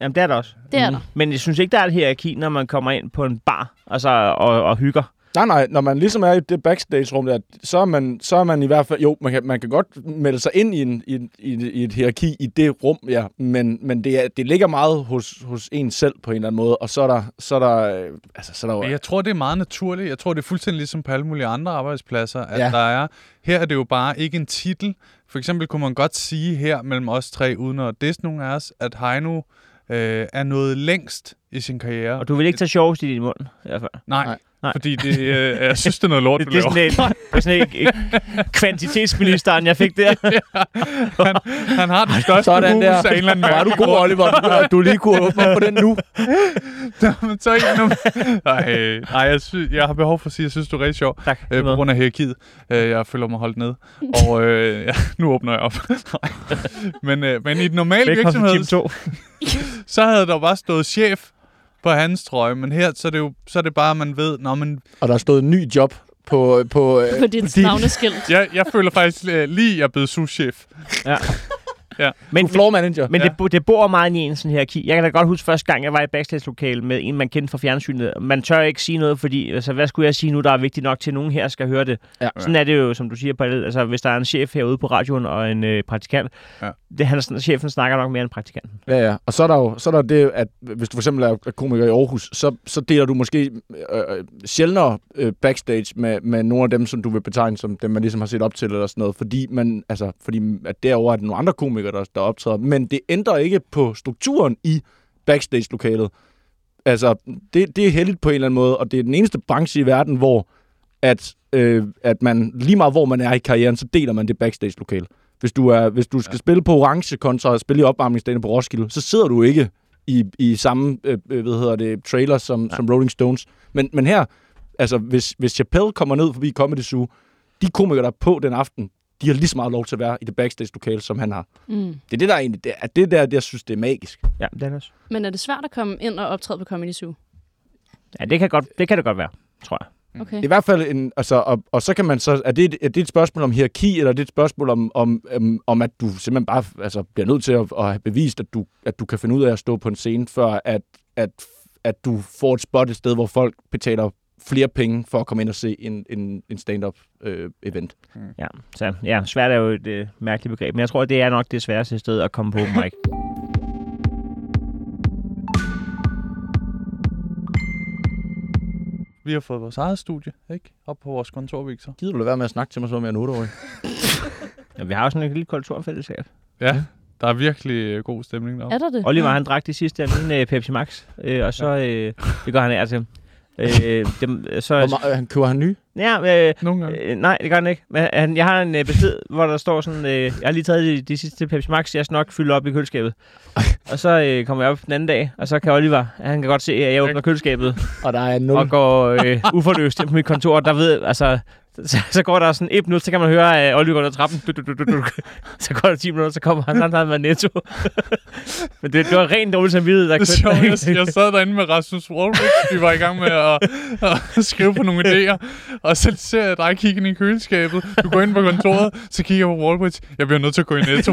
[SPEAKER 9] Jamen, det er der også. Mm.
[SPEAKER 10] Det
[SPEAKER 2] Mm.
[SPEAKER 10] er der.
[SPEAKER 9] Men jeg synes ikke, der er et hierarki, når man kommer ind på en bar altså, og, og hygger.
[SPEAKER 1] Nej, nej, når man ligesom er i det backstage-rum der, så er man, så er man i hvert fald... Jo, man kan, man kan godt melde sig ind i, en, i, en- i, et- i et hierarki i det rum, ja, men, men det, er, det ligger meget hos, hos en selv på en eller anden måde, og så er der... Så er der, øh, altså, så er der
[SPEAKER 2] Men
[SPEAKER 1] jo,
[SPEAKER 2] jeg tror, det er meget naturligt. Jeg tror, det er fuldstændig ligesom på alle mulige andre arbejdspladser, at
[SPEAKER 1] Ja.
[SPEAKER 2] ja. der er... Her er det jo bare ikke en titel. For eksempel kunne man godt sige her mellem os tre, uden at disse nogen af os, at Heino øh, er noget længst i sin karriere.
[SPEAKER 9] Og du vil ikke tage sjovest i din mund, i hvert fald.
[SPEAKER 1] Nej.
[SPEAKER 2] Nej,
[SPEAKER 9] Nej.
[SPEAKER 2] Nej. fordi det, øh, jeg synes, det er noget lort, du
[SPEAKER 9] Det, det er
[SPEAKER 2] laver.
[SPEAKER 9] sådan, et, det er sådan et, et kvantitetsministeren, jeg fik der.
[SPEAKER 2] Han, han har det største
[SPEAKER 1] Sådan
[SPEAKER 2] hus
[SPEAKER 1] der.
[SPEAKER 2] af en eller anden
[SPEAKER 1] var du
[SPEAKER 2] mærkelig
[SPEAKER 1] god,
[SPEAKER 2] grund.
[SPEAKER 1] Oliver, du, du lige kunne åbne op på den nu.
[SPEAKER 2] Nå, men så ikke nogen... Ej, nej, jeg, sy- jeg har behov for at sige, at jeg synes, du er rigtig sjov.
[SPEAKER 9] Tak.
[SPEAKER 2] Øh, på grund af hierarkiet. Øh, jeg føler mig holdt ned. Og øh, ja, nu åbner jeg op. Nej. men, øh, men i den normale
[SPEAKER 9] Velkommen til Team
[SPEAKER 2] virksomhed,
[SPEAKER 9] 2.
[SPEAKER 2] så havde der bare stået chef på hans trøje. Men her, så er det jo så er det bare, at man ved... Nå, men
[SPEAKER 1] Og der er stået en ny job på... på, øh,
[SPEAKER 10] På dit navneskilt.
[SPEAKER 2] jeg, jeg føler faktisk øh, lige, at jeg er blevet souschef.
[SPEAKER 9] Ja.
[SPEAKER 2] Ja.
[SPEAKER 1] Men
[SPEAKER 9] Men,
[SPEAKER 1] floor manager.
[SPEAKER 9] men
[SPEAKER 2] Ja.
[SPEAKER 9] ja. det, bo- det bor meget i ens sådan hierarki. Jeg kan da godt huske første gang, jeg var i backstage-lokale med en, man kendte fra fjernsynet. Man tør ikke sige noget, fordi altså, hvad skulle jeg sige nu, der er vigtigt nok til, at nogen her skal høre det.
[SPEAKER 1] Ja.
[SPEAKER 9] Sådan er det jo, som du siger, parallelt. Altså, hvis der er en chef herude på radioen og en øh, praktikant,
[SPEAKER 2] Ja.
[SPEAKER 9] ja. det, han, chefen snakker nok mere end praktikanten.
[SPEAKER 1] Ja, ja. Og så er der jo så er der jo det, at hvis du for eksempel er komiker i Aarhus, så, så deler du måske øh, øh, sjældnere øh, backstage med, med nogle af dem, som du vil betegne som dem, man ligesom har set op til eller sådan noget, fordi, man, altså, fordi at derover er der nogle andre komikere, der, der optræder. Men det ændrer ikke på strukturen i backstage-lokalet. Altså, det, det er heldigt på en eller anden måde, og det er den eneste branche i verden, hvor at, øh, at man lige meget hvor man er i karrieren, så deler man det backstage-lokale. Hvis du, er, hvis du skal ja. spille på Orange kontra at spille i opvarmningsdagen på Roskilde, så sidder du ikke i, i samme øh, øh, hvad hedder det, trailer som, ja. som Rolling Stones. Men, men her, altså hvis, hvis Chappelle kommer ned forbi Comedy Zoo, de komikere, der er på den aften, de har lige så meget lov til at være i det backstage-lokale, som han har.
[SPEAKER 10] Mm.
[SPEAKER 1] Det er det, der er egentlig, det er det der, det, jeg synes, det er magisk.
[SPEAKER 9] Ja, det er det også.
[SPEAKER 10] Men er det svært at komme ind og optræde på Comedy Zoo?
[SPEAKER 9] Ja, det kan, godt, det kan det godt være, tror jeg.
[SPEAKER 2] Mm.
[SPEAKER 10] Okay.
[SPEAKER 1] I hvert fald en, altså, og, og så kan man så, er det, et- er det et spørgsmål om hierarki, eller er det et spørgsmål om, om, om, om at du simpelthen bare altså, bliver nødt til at, at have bevist, at du, at du kan finde ud af at stå på en scene, før at, at, at du får et spot et sted, hvor folk betaler flere penge for at komme ind og se en, en, en stand-up øh, event.
[SPEAKER 9] Ja, så ja, svært er jo et øh, mærkeligt begreb, men jeg tror, det er nok det sværeste sted at komme på open mic.
[SPEAKER 2] Vi har fået vores eget studie, ikke? Op på vores kontor, Victor.
[SPEAKER 1] Gider du lade være med at snakke til mig som en 8-årig?
[SPEAKER 9] ja, vi har jo sådan et lille kulturfællesskab.
[SPEAKER 2] Ja, der er virkelig øh, god stemning deroppe.
[SPEAKER 10] Er der det?
[SPEAKER 9] Oliver, han drak det sidste af min øh, Pepsi Max, øh, og så, øh, det gør han af og til. Øh, dem, øh, så,
[SPEAKER 1] Hvor meget, han køber han nye?
[SPEAKER 9] ja, øh,
[SPEAKER 2] Nogle gange.
[SPEAKER 9] Øh, nej, det gør den ikke. Men han, jeg har en øh, besked, hvor der står sådan, øh, jeg har lige taget de, de sidste Pepsi Max, jeg skal nok fylde op i køleskabet. og så øh, kommer jeg op den anden dag, og så kan Oliver, han kan godt se, at jeg åbner køleskabet
[SPEAKER 1] Og der er nul.
[SPEAKER 9] og går øh, uforløst ind på mit kontor, der ved, altså... Så, så går der sådan et minut, så kan man høre, at Oliver går ned ad trappen. Du, du, du, du, du. Så går der 10 minutter, så kommer han, så har han netto. Men det, det var rent dårligt samvittighed, der
[SPEAKER 2] Det er sjovt, jeg, jeg sad derinde med Rasmus Warwick, vi var i gang med at, at skrive på nogle idéer, og så ser jeg dig kigge ind i køleskabet, du går ind på kontoret, så kigger jeg på Walbridge, jeg bliver nødt til at gå i Netto.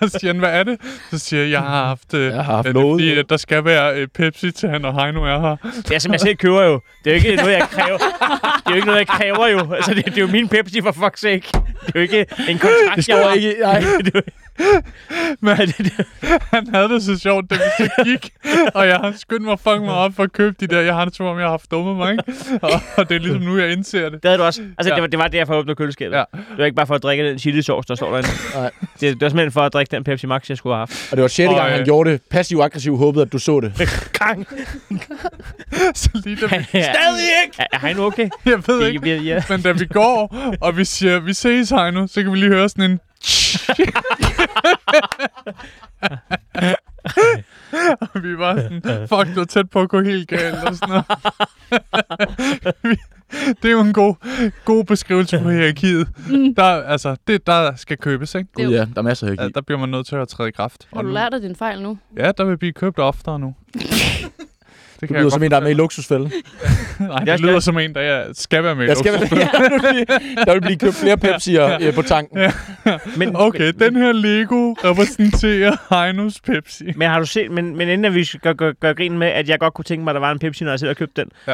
[SPEAKER 2] og siger han, hvad er det? Så siger jeg, jeg har haft, øh,
[SPEAKER 1] Jeg har haft
[SPEAKER 2] øh, det er
[SPEAKER 1] noget."
[SPEAKER 2] fordi, at der skal være øh, Pepsi til han, og Heino er her.
[SPEAKER 9] Det er som jeg selv køber jo. Det er jo ikke noget, jeg kræver. Det er jo ikke noget, jeg kræver jo. Altså, det, det er jo min Pepsi, for fuck's sake. Det er jo ikke en kontrakt,
[SPEAKER 1] Det
[SPEAKER 9] jeg
[SPEAKER 1] står
[SPEAKER 9] har.
[SPEAKER 1] ikke, nej.
[SPEAKER 9] Det er jo-
[SPEAKER 2] Men-
[SPEAKER 9] Ja, det- det-
[SPEAKER 2] Han havde det så sjovt, da vi så gik, og jeg har skyndt mig fucking mig op for at købe de der, jeg har det som om, jeg har haft dumme mig, ikke? Og, og det er ligesom nu, jeg indser det.
[SPEAKER 9] Det havde du også. Altså,
[SPEAKER 2] Ja.
[SPEAKER 9] det, var, det var derfor, jeg åbnede køleskabet.
[SPEAKER 2] Ja.
[SPEAKER 9] Det var ikke bare for at drikke den chilisauce, der står derinde.
[SPEAKER 1] Nej.
[SPEAKER 9] Det, det var simpelthen for at drikke den Pepsi Max, jeg skulle have haft.
[SPEAKER 1] Og det var sjette
[SPEAKER 2] Og,
[SPEAKER 1] gang, han
[SPEAKER 2] øh,
[SPEAKER 1] gjorde det. Passiv-aggressiv håbede, at du så det.
[SPEAKER 9] Kang!
[SPEAKER 2] Så lige da vi,
[SPEAKER 9] Stadig ikke! Er, er han okay?
[SPEAKER 2] jeg ved ikke,
[SPEAKER 9] Det bliver, ja.
[SPEAKER 2] Men da vi går, og vi siger, vi ses Heino, så kan vi lige høre sådan en... og vi var sådan, fuck, det var tæt på at gå helt galt og sådan noget. Vi- det er jo en god, god beskrivelse på hierarkiet. Der, altså, det der skal købes, ikke?
[SPEAKER 1] Gud, ja, der er masser af
[SPEAKER 2] Ja,
[SPEAKER 1] hygge.
[SPEAKER 2] der bliver man nødt til at træde i kraft.
[SPEAKER 10] Har du
[SPEAKER 2] nu-
[SPEAKER 10] lært af din fejl nu?
[SPEAKER 2] Ja, der vil blive købt oftere nu. Det
[SPEAKER 1] Du lyder som en, der er med i
[SPEAKER 2] fortælle.
[SPEAKER 1] luksusfælden.
[SPEAKER 2] Nej, det lyder som en, der jeg skal være med i
[SPEAKER 1] Jeg skal,
[SPEAKER 2] luksus.
[SPEAKER 1] der vil blive købt flere Pepsi'er øh, på tanken.
[SPEAKER 9] Men,
[SPEAKER 2] Okay, den her Lego repræsenterer Heinos Pepsi.
[SPEAKER 9] Men har du set, men, men inden at vi skal gøre, gøre, gøre grin med, at jeg godt kunne tænke mig, at der var en Pepsi, når jeg selv har købt den,
[SPEAKER 2] Ja.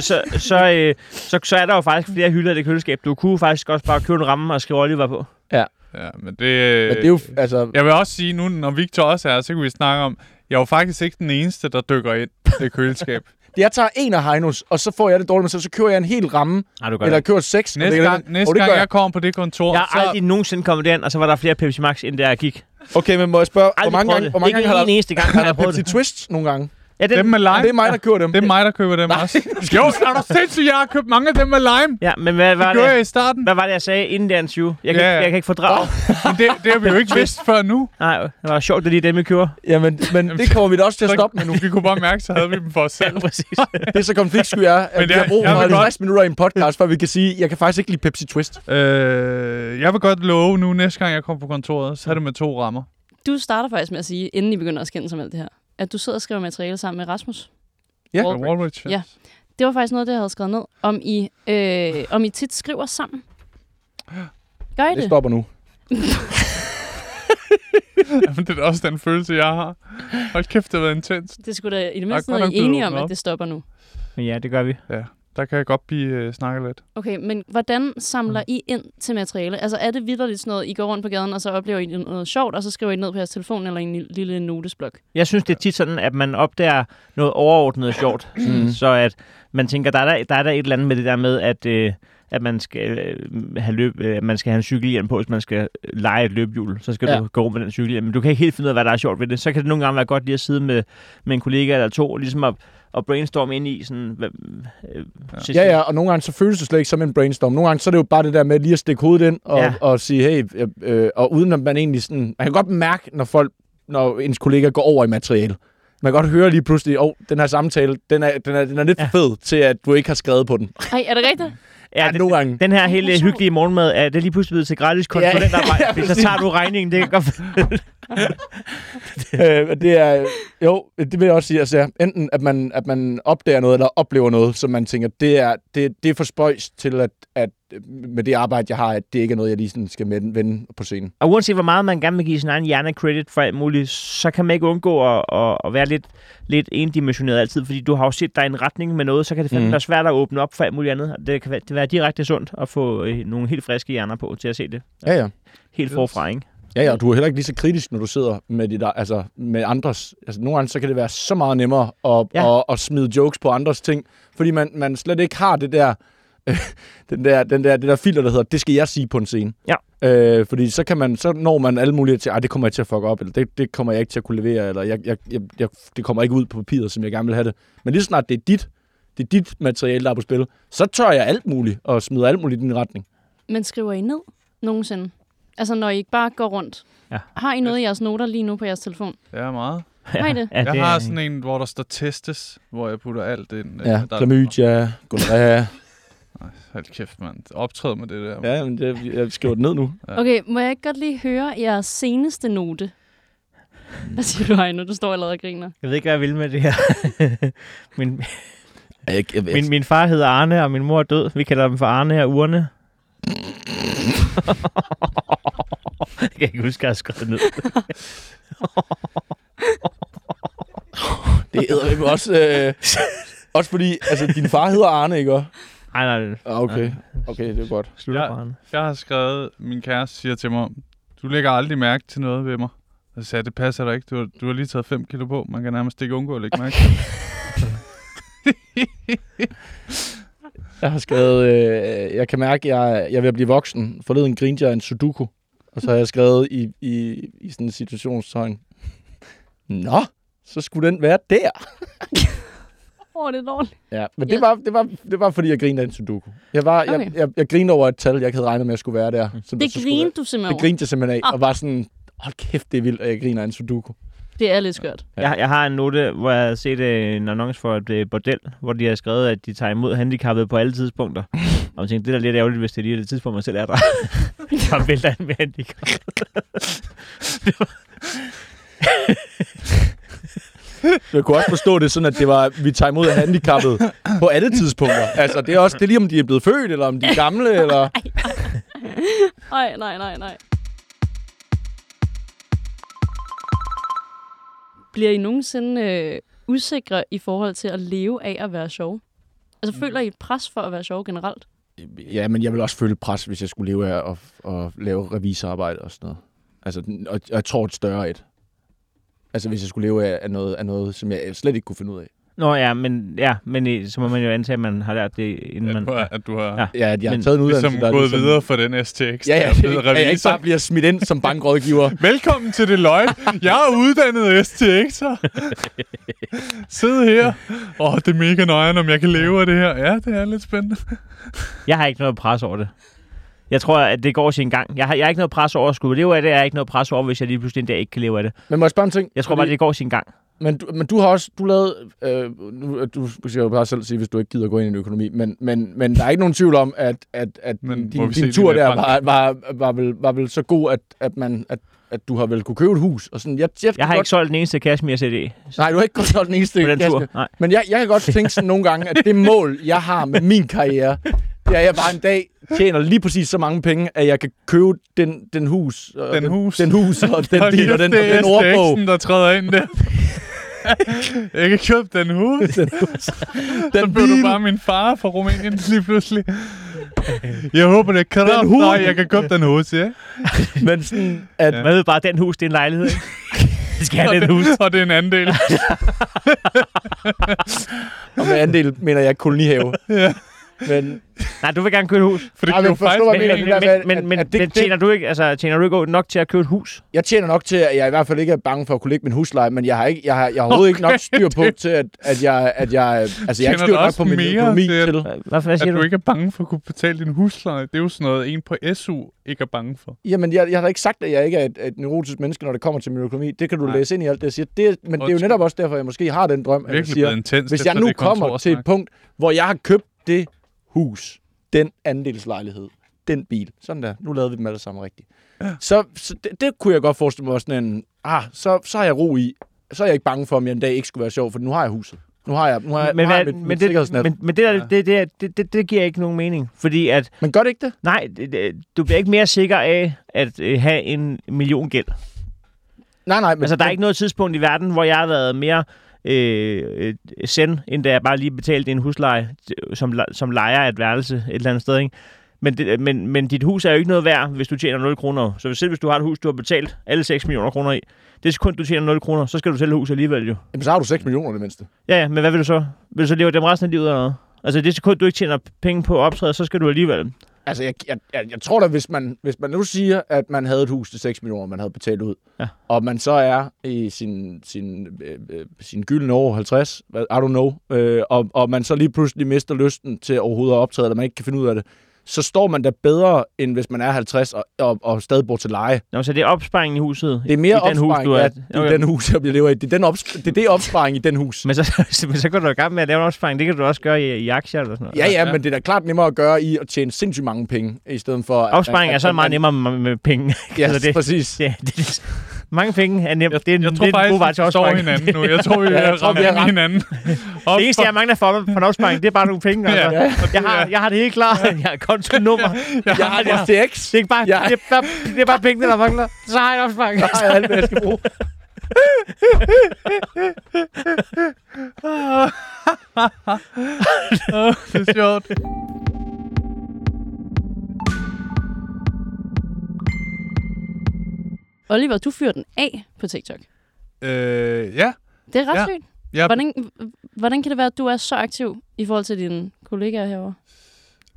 [SPEAKER 9] så, så, øh, så, så er der jo faktisk flere hylder i det køleskab. Du kunne faktisk også bare købe en ramme og skrive Oliver på.
[SPEAKER 2] Ja, men det...
[SPEAKER 1] Men det er jo, altså,
[SPEAKER 2] Jeg vil også sige nu, når Victor også er her, så kan vi snakke om, jeg er jo faktisk ikke den eneste, der dykker ind i det køleskab.
[SPEAKER 1] jeg tager en af Heinos, og så får jeg det dårligt, men så, så kører jeg en hel ramme,
[SPEAKER 9] Nej, du gør
[SPEAKER 1] eller
[SPEAKER 9] Eller,
[SPEAKER 1] jeg køber seks. og
[SPEAKER 2] Næste
[SPEAKER 1] lægger
[SPEAKER 2] gang,
[SPEAKER 1] den-
[SPEAKER 2] næste
[SPEAKER 1] Åh, det
[SPEAKER 2] gang
[SPEAKER 1] gør
[SPEAKER 2] jeg kommer på det kontor,
[SPEAKER 9] jeg har
[SPEAKER 2] så...
[SPEAKER 9] aldrig nogensinde kommet derind, og så var der flere Pepsi Max, end der jeg gik. Aldrig
[SPEAKER 1] Okay, men må jeg spørge, hvor mange
[SPEAKER 9] prøvet
[SPEAKER 1] gange,
[SPEAKER 9] det.
[SPEAKER 1] hvor mange
[SPEAKER 9] Ikke
[SPEAKER 1] gange har
[SPEAKER 9] en
[SPEAKER 1] der,
[SPEAKER 9] eneste gang, har
[SPEAKER 1] har
[SPEAKER 9] jeg
[SPEAKER 1] der
[SPEAKER 9] prøvet
[SPEAKER 1] Pepsi
[SPEAKER 9] det.
[SPEAKER 1] Twist nogle gange?
[SPEAKER 9] Ja, den,
[SPEAKER 2] Dem med lime.
[SPEAKER 1] Det er mig, der kører dem.
[SPEAKER 2] det er mig, der køber dem også. Jo, er du sindssygt, jeg har købt mange af dem med lime.
[SPEAKER 9] ja men hvad, hvad,
[SPEAKER 2] Gør jeg
[SPEAKER 9] det,
[SPEAKER 2] i starten.
[SPEAKER 9] hvad var det, jeg sagde inden der interview? Jeg kan,
[SPEAKER 2] Ja,
[SPEAKER 9] ja,
[SPEAKER 2] ja.
[SPEAKER 9] ja. jeg kan ikke fordrage.
[SPEAKER 2] Men det, det har vi jo ikke vidst før nu.
[SPEAKER 9] Nej, det var sjovt, det er lige dem, vi kører.
[SPEAKER 1] Jamen, men det kommer vi da også til at
[SPEAKER 2] Så,
[SPEAKER 1] stoppe med
[SPEAKER 2] men
[SPEAKER 1] nu.
[SPEAKER 2] nu. Vi kunne bare mærke, så havde vi dem for os
[SPEAKER 9] Ja,
[SPEAKER 2] selv.
[SPEAKER 9] præcis.
[SPEAKER 1] Det er så konfliktsky er,
[SPEAKER 2] Men
[SPEAKER 1] at vi
[SPEAKER 2] jeg-
[SPEAKER 1] har brug
[SPEAKER 2] jeg
[SPEAKER 1] for
[SPEAKER 2] vil godt-
[SPEAKER 1] 50 minutter i en podcast, før vi kan sige, jeg kan faktisk ikke lide Pepsi Twist.
[SPEAKER 2] Øh, jeg vil godt love nu, næste gang jeg kommer på kontoret, så er det med to rammer.
[SPEAKER 10] Du starter faktisk med at sige, inden I begynder at skændes om alt det her, at du sidder og skriver materiale sammen med Rasmus.
[SPEAKER 1] Ja.
[SPEAKER 10] Wal-
[SPEAKER 2] Walbridge.
[SPEAKER 10] Ja. Det var faktisk noget, det jeg havde skrevet ned. Om I, øh, om I tit skriver sammen. Gør I
[SPEAKER 1] Det
[SPEAKER 10] det?
[SPEAKER 1] stopper nu.
[SPEAKER 2] Jamen, det er da også den følelse, jeg har. Hold kæft, det har været intenst.
[SPEAKER 10] Det skulle da i
[SPEAKER 2] Der er
[SPEAKER 10] det mindste
[SPEAKER 2] godt
[SPEAKER 10] noget,
[SPEAKER 2] nok
[SPEAKER 10] I er
[SPEAKER 2] blevet
[SPEAKER 10] enige om,
[SPEAKER 2] åbnet
[SPEAKER 10] at
[SPEAKER 2] op.
[SPEAKER 10] det stopper nu.
[SPEAKER 9] Men ja, det gør vi.
[SPEAKER 2] Der kan jeg godt blive øh, snakket lidt.
[SPEAKER 10] Okay, men hvordan samler I ind til materiale? Altså er det vidderligt sådan noget, I går rundt på gaden, og så oplever I noget sjovt, og så skriver I det ned på jeres telefon eller i en lille notesblok?
[SPEAKER 9] Jeg synes, det er tit sådan, at man opdager noget overordnet sjovt. Mm. Så at man tænker, der er der, der er der et eller andet med det der med, at, øh, at man, skal, øh, have løb, øh, at man skal have en cykelhjelm på, hvis man skal øh, lege et løbehjul. Så skal
[SPEAKER 1] Ja.
[SPEAKER 9] ja. du gå rundt med den cykelhjelm. Men du kan ikke helt finde ud af, hvad der er sjovt ved det. Så kan det nogle gange være godt lige at sidde med, med en kollega eller to, og ligesom at, at brainstorme ind i sådan... Hvad, øh, ja.
[SPEAKER 1] Ja, ja, og nogle gange så føles det slet ikke som en brainstorm. Nogle gange så er det jo bare det der med lige at stikke hovedet ind og, ja.
[SPEAKER 9] Ja.
[SPEAKER 1] og sige, hey, øh, øh, og uden at man egentlig sådan... Man kan godt mærke, når folk, når ens kollega går over i materiale. Man kan godt høre lige pludselig, åh, oh, den her samtale, den er, den er, den er lidt ja. fed til, at du ikke har skrevet på den.
[SPEAKER 10] Ej, er det rigtigt?
[SPEAKER 1] Ja,
[SPEAKER 9] det-
[SPEAKER 1] nogle gange.
[SPEAKER 9] Den her
[SPEAKER 10] det er
[SPEAKER 9] hele
[SPEAKER 10] sjovt.
[SPEAKER 9] hyggelige morgenmad, er det lige pludselig blevet til gratis konsulentarbejde?
[SPEAKER 1] ja,
[SPEAKER 9] Ja, ja, så
[SPEAKER 1] præcis.
[SPEAKER 9] tager du regningen, det kan godt
[SPEAKER 1] Øh, og det er, jo, det vil jeg også sige. Altså, ja, enten at man, at man opdager noget, eller oplever noget, som man tænker, det er, det, det er for spøjst til, at, at med det arbejde, jeg har, at det ikke er noget, jeg lige sådan skal vende- vende på scenen.
[SPEAKER 9] Og uanset hvor meget man gerne vil give sin egen hjerne credit for alt muligt, så kan man ikke undgå at, at, at være lidt, lidt endimensioneret altid, fordi du har jo set dig i en retning med noget, så kan det fandme
[SPEAKER 1] Mm.
[SPEAKER 9] mm. være svært at åbne op for alt muligt andet. Og Det kan være, det være direkte sundt at få øh, nogle helt friske hjerner på til at se det
[SPEAKER 1] Ja, ja.
[SPEAKER 9] helt
[SPEAKER 2] Yes.
[SPEAKER 9] forfra, ikke?
[SPEAKER 1] Ja, ja, og du er heller ikke lige så kritisk, når du sidder med, dit, altså, med andres. Altså, nogle gange så kan det være så meget nemmere at, ja.
[SPEAKER 9] Ja.
[SPEAKER 1] at, at smide jokes på andres ting, fordi man, man slet ikke har det der, øh, den der, den der, det der filter, der hedder, det skal jeg sige på en scene.
[SPEAKER 9] Ja.
[SPEAKER 1] Øh, fordi så, kan man, så når man alle mulige til, at det kommer jeg til at fuck op, eller det, det kommer jeg ikke til at kunne levere, eller jeg, jeg, jeg, jeg, det kommer ikke ud på papiret, som jeg gerne vil have det. Men lige så snart det er dit, det er dit materiale, der er på spil, så tør jeg alt muligt og smider alt muligt i din retning.
[SPEAKER 10] Men skriver I ned nogensinde? Altså når I ikke bare går rundt?
[SPEAKER 9] Ja.
[SPEAKER 10] Har I noget i jeres noter lige nu på jeres telefon?
[SPEAKER 2] Det er meget.
[SPEAKER 10] Har I det?
[SPEAKER 9] Ja,
[SPEAKER 2] Jeg har sådan en, hvor der står testes, hvor jeg putter alt ind. øh,
[SPEAKER 1] Ja,
[SPEAKER 2] der-
[SPEAKER 1] klamydia, gonorrhea.
[SPEAKER 2] Hold kæft, mand. Optræd med det der. Ja.
[SPEAKER 1] Ja, men det, jeg skriver det ned nu.
[SPEAKER 2] Ja.
[SPEAKER 10] Okay, må jeg ikke godt lige høre jeres seneste note? Hvad siger du, Heino? Du står allerede og griner.
[SPEAKER 9] Jeg ved ikke, hvad jeg vil med det her. min,
[SPEAKER 1] Ej, Jeg, jeg,
[SPEAKER 9] min, min far hedder Arne, og min mor er død. Vi kalder dem for Arne og Urne. jeg kan ikke huske, at jeg har skrevet det ned.
[SPEAKER 1] det er jo også... Øh, også fordi, altså, din far hedder Arne, ikke? også?
[SPEAKER 9] Ej, nej,
[SPEAKER 1] Ah, okay. Okay, det er godt.
[SPEAKER 9] slutter
[SPEAKER 2] Ja.
[SPEAKER 9] på Arne.
[SPEAKER 2] Jeg har skrevet, min kæreste siger til mig, du lægger aldrig mærke til noget ved mig. Og så sagde jeg, det passer dig ikke. Du har, du har lige taget 5 kilo på. Man kan nærmest ikke undgå at lægge mærke til det."
[SPEAKER 1] Jeg har skrevet... Øh, jeg kan mærke, at jeg, jeg er ved at blive voksen. Forleden grinte jeg af en sudoku. Og så har jeg skrevet i, i, i sådan en situationstegn. Nå, så skulle den være der.
[SPEAKER 10] Åh, oh, det er dårligt.
[SPEAKER 1] Ja, men det,
[SPEAKER 10] Ja.
[SPEAKER 1] var, det, var, det var, fordi jeg grinede af en sudoku. Jeg, var, okay. jeg,
[SPEAKER 10] Okay.
[SPEAKER 1] jeg, jeg grinede over et tal, jeg ikke havde regnet med, at jeg skulle være der. Som der
[SPEAKER 10] Det
[SPEAKER 1] så skulle
[SPEAKER 10] griner
[SPEAKER 1] være.
[SPEAKER 10] du simpelthen
[SPEAKER 1] Det
[SPEAKER 10] over. Ah.
[SPEAKER 1] grinte jeg simpelthen af, og var sådan, hold kæft, det er vildt, at jeg griner af en sudoku.
[SPEAKER 10] Det er lidt skørt.
[SPEAKER 1] Ja.
[SPEAKER 9] Jeg, jeg har en note, hvor jeg har set øh, en annonce for et øh, bordel, hvor de har skrevet, at de tager imod handicappede på alle tidspunkter. Og jeg tænkte, det er da lidt ærgerligt, hvis det er lige er det tidspunkt, man selv er der. Så vælter han med handicap.
[SPEAKER 1] Jeg kunne også forstå det sådan, at det var, vi tager imod handicappede på alle tidspunkter. Altså, det er også det er lige, om de er blevet født, eller om de er gamle, eller...
[SPEAKER 10] Nej, nej, nej, nej. Bliver I nogensinde øh, usikre i forhold til at leve af at være sjov? Altså, føler I et pres for at være sjov generelt?
[SPEAKER 1] Ja, men jeg vil også føle pres, hvis jeg skulle leve af at, at lave revisorarbejde og sådan noget. Altså, den- og, og jeg tror et større et. Altså, hvis jeg skulle leve af, af, noget, af noget, som jeg slet ikke kunne finde ud af.
[SPEAKER 9] Nå ja, men, ja, men øh, så må man jo antage, at man har lært det, inden man...
[SPEAKER 2] At du har- At du har ja.
[SPEAKER 9] Ja.
[SPEAKER 1] Ja, at jeg har
[SPEAKER 9] Men
[SPEAKER 1] taget en uddannelse,
[SPEAKER 2] ligesom
[SPEAKER 1] der er
[SPEAKER 2] gået videre for den STX.
[SPEAKER 1] Ja,
[SPEAKER 2] der
[SPEAKER 1] ja,
[SPEAKER 2] er blevet
[SPEAKER 1] at jeg ikke
[SPEAKER 2] revisor.
[SPEAKER 1] bare bliver smidt ind som bankrådgiver.
[SPEAKER 2] Velkommen til Deloitte. Jeg er uddannet STX'er. Sid her. Åh, oh, det er mega nøjeren, om jeg kan leve af det her. Ja, det er lidt spændende.
[SPEAKER 9] Jeg har ikke noget pres over det. Jeg tror, at det går sin gang. Jeg har, jeg har ikke noget pres over at skulle leve af det. Jeg har ikke noget pres over, hvis jeg lige pludselig en dag ikke kan leve af det.
[SPEAKER 1] Men må jeg spørge en ting?
[SPEAKER 9] Jeg tror bare, det går sin gang.
[SPEAKER 1] Men du, men du har også, du lavede, øh, nu, du skal jo bare selv sige, hvis du ikke gider gå ind i en økonomi, men, men, men der er ikke nogen tvivl om, at, at, at
[SPEAKER 2] Men
[SPEAKER 1] men,
[SPEAKER 2] må
[SPEAKER 1] din,
[SPEAKER 2] vi se
[SPEAKER 1] din
[SPEAKER 2] de
[SPEAKER 1] tur
[SPEAKER 2] der
[SPEAKER 1] der
[SPEAKER 2] bank?
[SPEAKER 1] var, var, var, vel, var vel så god, at, at, man, at, at du har vel kunne købe et hus. Og sådan. Jeg, jeg,
[SPEAKER 9] Jeg har
[SPEAKER 1] godt,
[SPEAKER 9] ikke solgt den eneste cashmere-CD
[SPEAKER 1] Nej, du har ikke kun solgt den eneste
[SPEAKER 9] på den
[SPEAKER 1] kasse.
[SPEAKER 9] tur. Nej.
[SPEAKER 1] Men jeg, jeg kan godt tænke sådan nogle gange, at det mål, jeg har med min karriere, Ja, jeg bare en dag tjener lige præcis så mange penge, at jeg kan købe den, den hus. Og
[SPEAKER 2] Den hus.
[SPEAKER 1] Den hus og den
[SPEAKER 2] Hold
[SPEAKER 1] bil og
[SPEAKER 2] kæft,
[SPEAKER 1] den, og
[SPEAKER 2] det er
[SPEAKER 1] den ordbog.
[SPEAKER 2] STX'en, der træder ind der. jeg kan købe den hus. Så
[SPEAKER 1] Den
[SPEAKER 2] blev du
[SPEAKER 1] bil.
[SPEAKER 2] bare min far fra Rumænien lige pludselig. Jeg håber, det kan
[SPEAKER 1] hus.
[SPEAKER 2] Nej, jeg kan købe den hus, ja.
[SPEAKER 1] Men sådan, at
[SPEAKER 9] Man ved bare, at den hus, det er en lejlighed, ikke? Det skal
[SPEAKER 2] Og
[SPEAKER 9] have den hus.
[SPEAKER 2] det, og det er en andel.
[SPEAKER 1] Og med andel mener jeg kolonihave.
[SPEAKER 2] Ja.
[SPEAKER 1] Men,
[SPEAKER 9] Nej, du vil gerne købe et hus.
[SPEAKER 2] For det
[SPEAKER 1] Ej,
[SPEAKER 2] kan
[SPEAKER 1] men
[SPEAKER 2] jo
[SPEAKER 1] forstå,
[SPEAKER 2] faktisk
[SPEAKER 1] hvad
[SPEAKER 9] Men,
[SPEAKER 1] jeg mener,
[SPEAKER 2] være
[SPEAKER 1] det
[SPEAKER 9] men,
[SPEAKER 1] der med,
[SPEAKER 2] en-
[SPEAKER 1] at-
[SPEAKER 9] men, men, men,
[SPEAKER 1] at det-
[SPEAKER 9] men
[SPEAKER 1] det-
[SPEAKER 9] tjener du ikke, altså, tjener du ikke nok til at købe et hus?
[SPEAKER 1] jeg tjener nok til, at jeg i hvert fald ikke er bange for at kunne lægge min husleje, men jeg har, ikke, jeg har, jeg har overhovedet ikke nok styr på til, at, at jeg, at jeg, altså, jeg har ikke
[SPEAKER 2] Tjener
[SPEAKER 1] styr
[SPEAKER 2] du
[SPEAKER 1] nok
[SPEAKER 2] også
[SPEAKER 1] på min
[SPEAKER 2] mere
[SPEAKER 1] økonomi
[SPEAKER 2] til-
[SPEAKER 1] til.
[SPEAKER 9] Hvad, hvad
[SPEAKER 2] at
[SPEAKER 9] siger
[SPEAKER 2] du
[SPEAKER 9] du?
[SPEAKER 2] ikke er bange for at kunne betale din husleje. Det er jo sådan noget, en på SU ikke er bange for.
[SPEAKER 1] Jamen, jeg, jeg har da ikke sagt, at jeg ikke er et, et neurotisk menneske, når det kommer til min økonomi. Det kan du Nej. læse ind i alt det, jeg siger. Det, men det er jo
[SPEAKER 2] Undskyld.
[SPEAKER 1] netop også derfor, jeg måske har den drøm, at jeg
[SPEAKER 2] Virkelig blevet
[SPEAKER 1] siger,
[SPEAKER 2] intens.
[SPEAKER 1] hvis
[SPEAKER 2] efter
[SPEAKER 1] jeg nu
[SPEAKER 2] det
[SPEAKER 1] kommer til
[SPEAKER 2] kontorsnak.
[SPEAKER 1] et punkt, hvor jeg har købt det hus, den andelslejlighed, den bil, sådan der, nu lavede vi dem alle sammen rigtigt. Ja. Så, så det, det kunne jeg godt forestille mig var sådan en, ah, så, så har jeg ro i, så er jeg ikke bange for, om jeg en dag ikke skulle være sjov, for nu har jeg huset. Nu har jeg, nu har jeg,
[SPEAKER 9] Men,
[SPEAKER 1] nu har
[SPEAKER 9] hvad,
[SPEAKER 1] jeg mit,
[SPEAKER 9] men,
[SPEAKER 1] mit
[SPEAKER 9] det,
[SPEAKER 1] sikkerhedsnet. Men,
[SPEAKER 9] men, men det, der, det, det, det, det, det giver ikke nogen mening. Fordi at,
[SPEAKER 1] men gør det ikke det?
[SPEAKER 9] nej, det, det, du bliver ikke mere sikker af at øh, have en million gæld.
[SPEAKER 1] Nej, nej. Men,
[SPEAKER 9] Altså, der er ikke noget tidspunkt i verden, hvor jeg har været mere øh, øh, send, end da jeg bare lige betalte en husleje, t- som, le- som lejer af et værelse et eller andet sted, ikke? Men, det, men, men dit hus er jo ikke noget værd, hvis du tjener 0 kroner. Så hvis- selv hvis du har et hus, du har betalt alle 6 millioner kroner i, det sekund, du tjener 0 kroner, så skal du sælge huset alligevel jo.
[SPEAKER 1] Jamen, så har du 6 millioner i det mindste.
[SPEAKER 9] Ja, ja, men hvad vil du så? Vil du så leve dem resten af livet eller noget? Altså det sekund, du ikke tjener penge på at optræde, så skal du alligevel.
[SPEAKER 1] Altså, jeg, jeg, jeg, jeg tror da, hvis man, hvis man nu siger, at man havde et hus til 6 millioner, man havde betalt ud,
[SPEAKER 9] Ja.
[SPEAKER 1] og man så er i sin, sin, øh, øh, sin gyldne år 50, hvad- I don't know, øh, og, og man så lige pludselig mister lysten til overhovedet at optræde, eller man ikke kan finde ud af det, så står man da bedre, end hvis man er 50 og, og, og stadig bor til leje.
[SPEAKER 9] Nå, så det er opsparingen i huset.
[SPEAKER 1] Det er mere
[SPEAKER 9] i den hus,
[SPEAKER 1] opsparing
[SPEAKER 9] du er.
[SPEAKER 1] ja, det er
[SPEAKER 9] Okay.
[SPEAKER 1] den hus, jeg lever i. Det er, den opsp- det, er det opsparing i den hus.
[SPEAKER 9] Men så, men så går du i gang med at lave en opsparing. Det kan du også gøre i, i aktier eller sådan noget.
[SPEAKER 1] Ja, ja, men det er da klart nemmere at gøre i at tjene sindssygt mange penge, i stedet for... at-
[SPEAKER 9] Opsparing
[SPEAKER 1] at-
[SPEAKER 9] er så
[SPEAKER 1] at
[SPEAKER 9] meget
[SPEAKER 1] man-
[SPEAKER 9] nemmere med, med penge.
[SPEAKER 1] Ja,
[SPEAKER 9] Altså, det,
[SPEAKER 1] præcis.
[SPEAKER 9] Ja, det, det, mange penge er nemt.
[SPEAKER 2] Jeg,
[SPEAKER 9] det er en,
[SPEAKER 2] jeg
[SPEAKER 9] det
[SPEAKER 2] tror
[SPEAKER 9] er en
[SPEAKER 2] faktisk,
[SPEAKER 9] god vej til
[SPEAKER 2] vi forstår
[SPEAKER 9] opsparing.
[SPEAKER 2] hinanden nu. Jeg tror, vi
[SPEAKER 1] Ja, jeg
[SPEAKER 2] har
[SPEAKER 1] tror,
[SPEAKER 2] ramt
[SPEAKER 1] vi har
[SPEAKER 2] ind i
[SPEAKER 1] ramt-
[SPEAKER 2] hinanden. Op
[SPEAKER 9] Det eneste, jeg mangler for, for en opsparing, det er bare nogle penge. Altså.
[SPEAKER 2] Ja, ja.
[SPEAKER 9] Jeg, har, jeg har det helt klart. Jeg har kontonummer.
[SPEAKER 1] Jeg har det sex.
[SPEAKER 9] Det er, ikke bare,
[SPEAKER 1] Ja.
[SPEAKER 9] det, er bare, det er bare penge, der mangler. Så har jeg en opsparing.
[SPEAKER 1] har jeg alt, hvad jeg skal bruge.
[SPEAKER 2] Åh, det er sjovt.
[SPEAKER 10] Oliver, du fyrer den af på TikTok.
[SPEAKER 2] Øh, ja.
[SPEAKER 10] Det er ret
[SPEAKER 2] Ja.
[SPEAKER 10] ja. sygt.
[SPEAKER 2] Jeg,
[SPEAKER 10] Hvordan, hvordan kan det være, at du er så aktiv i forhold til dine kollegaer herovre?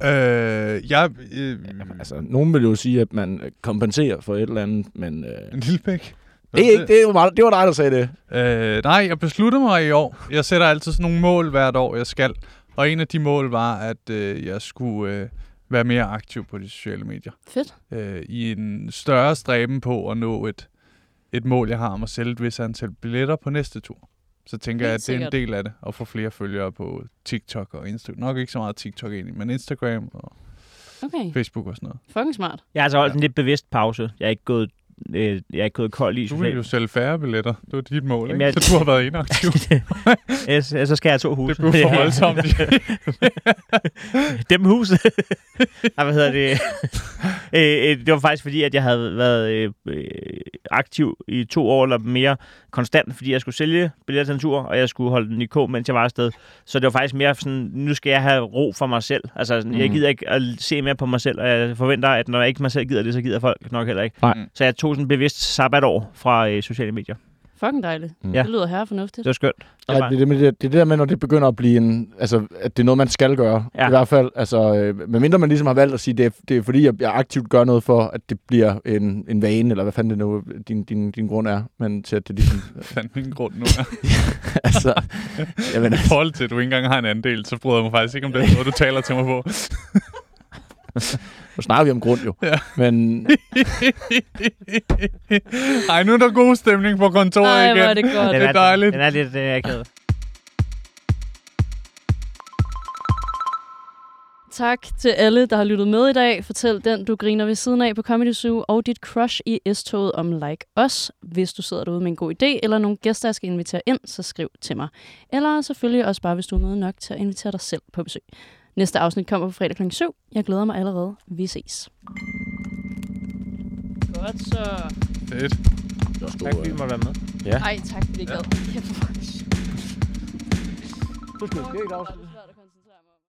[SPEAKER 2] øh, jeg, øh,
[SPEAKER 1] Altså, nogen vil jo sige, at man øh, kompenserer for et eller andet, men... Øh, det,
[SPEAKER 2] en lille pæk.
[SPEAKER 1] er ikke, det, er jo meget, det var dig, der sagde det.
[SPEAKER 2] Øh, nej, jeg beslutter mig i år. Jeg sætter altid sådan nogle mål hvert år, jeg skal. Og en af de mål var, at øh, jeg skulle øh, være mere aktiv på de sociale medier.
[SPEAKER 10] Fedt.
[SPEAKER 2] Øh, I en større stræben på at nå et, et mål, jeg har om at sælge et vis antal billetter på næste tur. Så tænker
[SPEAKER 10] Helt
[SPEAKER 2] jeg, at det er en
[SPEAKER 10] sikkert.
[SPEAKER 2] del af det, at få flere følgere på TikTok og Instagram. Nok ikke så meget TikTok egentlig, men Instagram og
[SPEAKER 10] Okay,
[SPEAKER 2] Facebook og sådan noget.
[SPEAKER 10] fucking smart.
[SPEAKER 9] Jeg har altså holdt en lidt bevidst pause. Jeg er ikke gået, øh, jeg er ikke gået kold i
[SPEAKER 2] Du vil jo
[SPEAKER 9] socialt.
[SPEAKER 2] sælge færre billetter. Det var dit mål,
[SPEAKER 9] Jamen,
[SPEAKER 2] ikke?
[SPEAKER 9] jeg-
[SPEAKER 2] Så du har været inaktiv.
[SPEAKER 9] Ja, så så skal jeg have to huse.
[SPEAKER 2] det blev for voldsomt.
[SPEAKER 9] Dem huset. Nej, hvad hedder det? Øh, øh, det var faktisk fordi, at jeg havde været øh, øh, aktiv i to år eller mere konstant, fordi jeg skulle sælge billetter til en tur, og jeg skulle holde den i kå, mens jeg var afsted. Så det var faktisk mere sådan, nu skal jeg have ro for mig selv. Altså, sådan,
[SPEAKER 1] Mhm.
[SPEAKER 9] jeg gider ikke at se mere på mig selv, og jeg forventer, at når jeg ikke mig selv gider det, så gider folk nok heller ikke.
[SPEAKER 1] Nej.
[SPEAKER 9] Så jeg tog sådan et bevidst sabbatår fra øh, sociale medier.
[SPEAKER 10] Fucking dejligt. Mm.
[SPEAKER 9] Ja.
[SPEAKER 10] Det lyder herre fornuftigt.
[SPEAKER 9] Det var skønt. Det var
[SPEAKER 1] Nej, det, er det, med det, det er det der med, når det begynder at blive en... Altså, at det er noget, man skal gøre.
[SPEAKER 9] Ja.
[SPEAKER 1] I hvert fald, altså... øh, Medmindre man ligesom har valgt at sige, det er, det er fordi, jeg, jeg aktivt gør noget for, at det bliver en, en vane, eller hvad fanden det nu, din, din, din grund er. Men til at det ligesom...
[SPEAKER 2] fandt min grund nu.
[SPEAKER 1] altså... Jamen,
[SPEAKER 2] I forhold til, at du ikke engang har en andel, så bryder jeg mig faktisk ikke om den måde, du taler til mig på.
[SPEAKER 1] nu snakker vi om grund jo. Ja. Men
[SPEAKER 2] Ej, nu er der god stemning på kontoret
[SPEAKER 10] Nej,
[SPEAKER 2] igen.
[SPEAKER 10] hvor er det godt.
[SPEAKER 2] Det er dejligt.
[SPEAKER 9] Den er lidt øh, akavet.
[SPEAKER 10] Tak til alle, der har lyttet med i dag. Fortæl den, du griner ved siden af på Comedy Zoo, og dit crush i S-toget om Like Us. Hvis du sidder derude med en god idé, eller nogle gæster, jeg skal invitere ind, så skriv til mig. Eller selvfølgelig også bare, hvis du er med nok til at invitere dig selv på besøg. Næste afsnit kommer på fredag kl. 7. Jeg glæder mig allerede. Vi ses. Godt så.
[SPEAKER 2] Fedt.
[SPEAKER 1] Det var sgu,
[SPEAKER 9] Tak fordi
[SPEAKER 1] øh,
[SPEAKER 9] du måtte være med.
[SPEAKER 10] Ej, tak fordi I gad. Kæft, hvor var det sjovt.
[SPEAKER 1] det er et afsnit.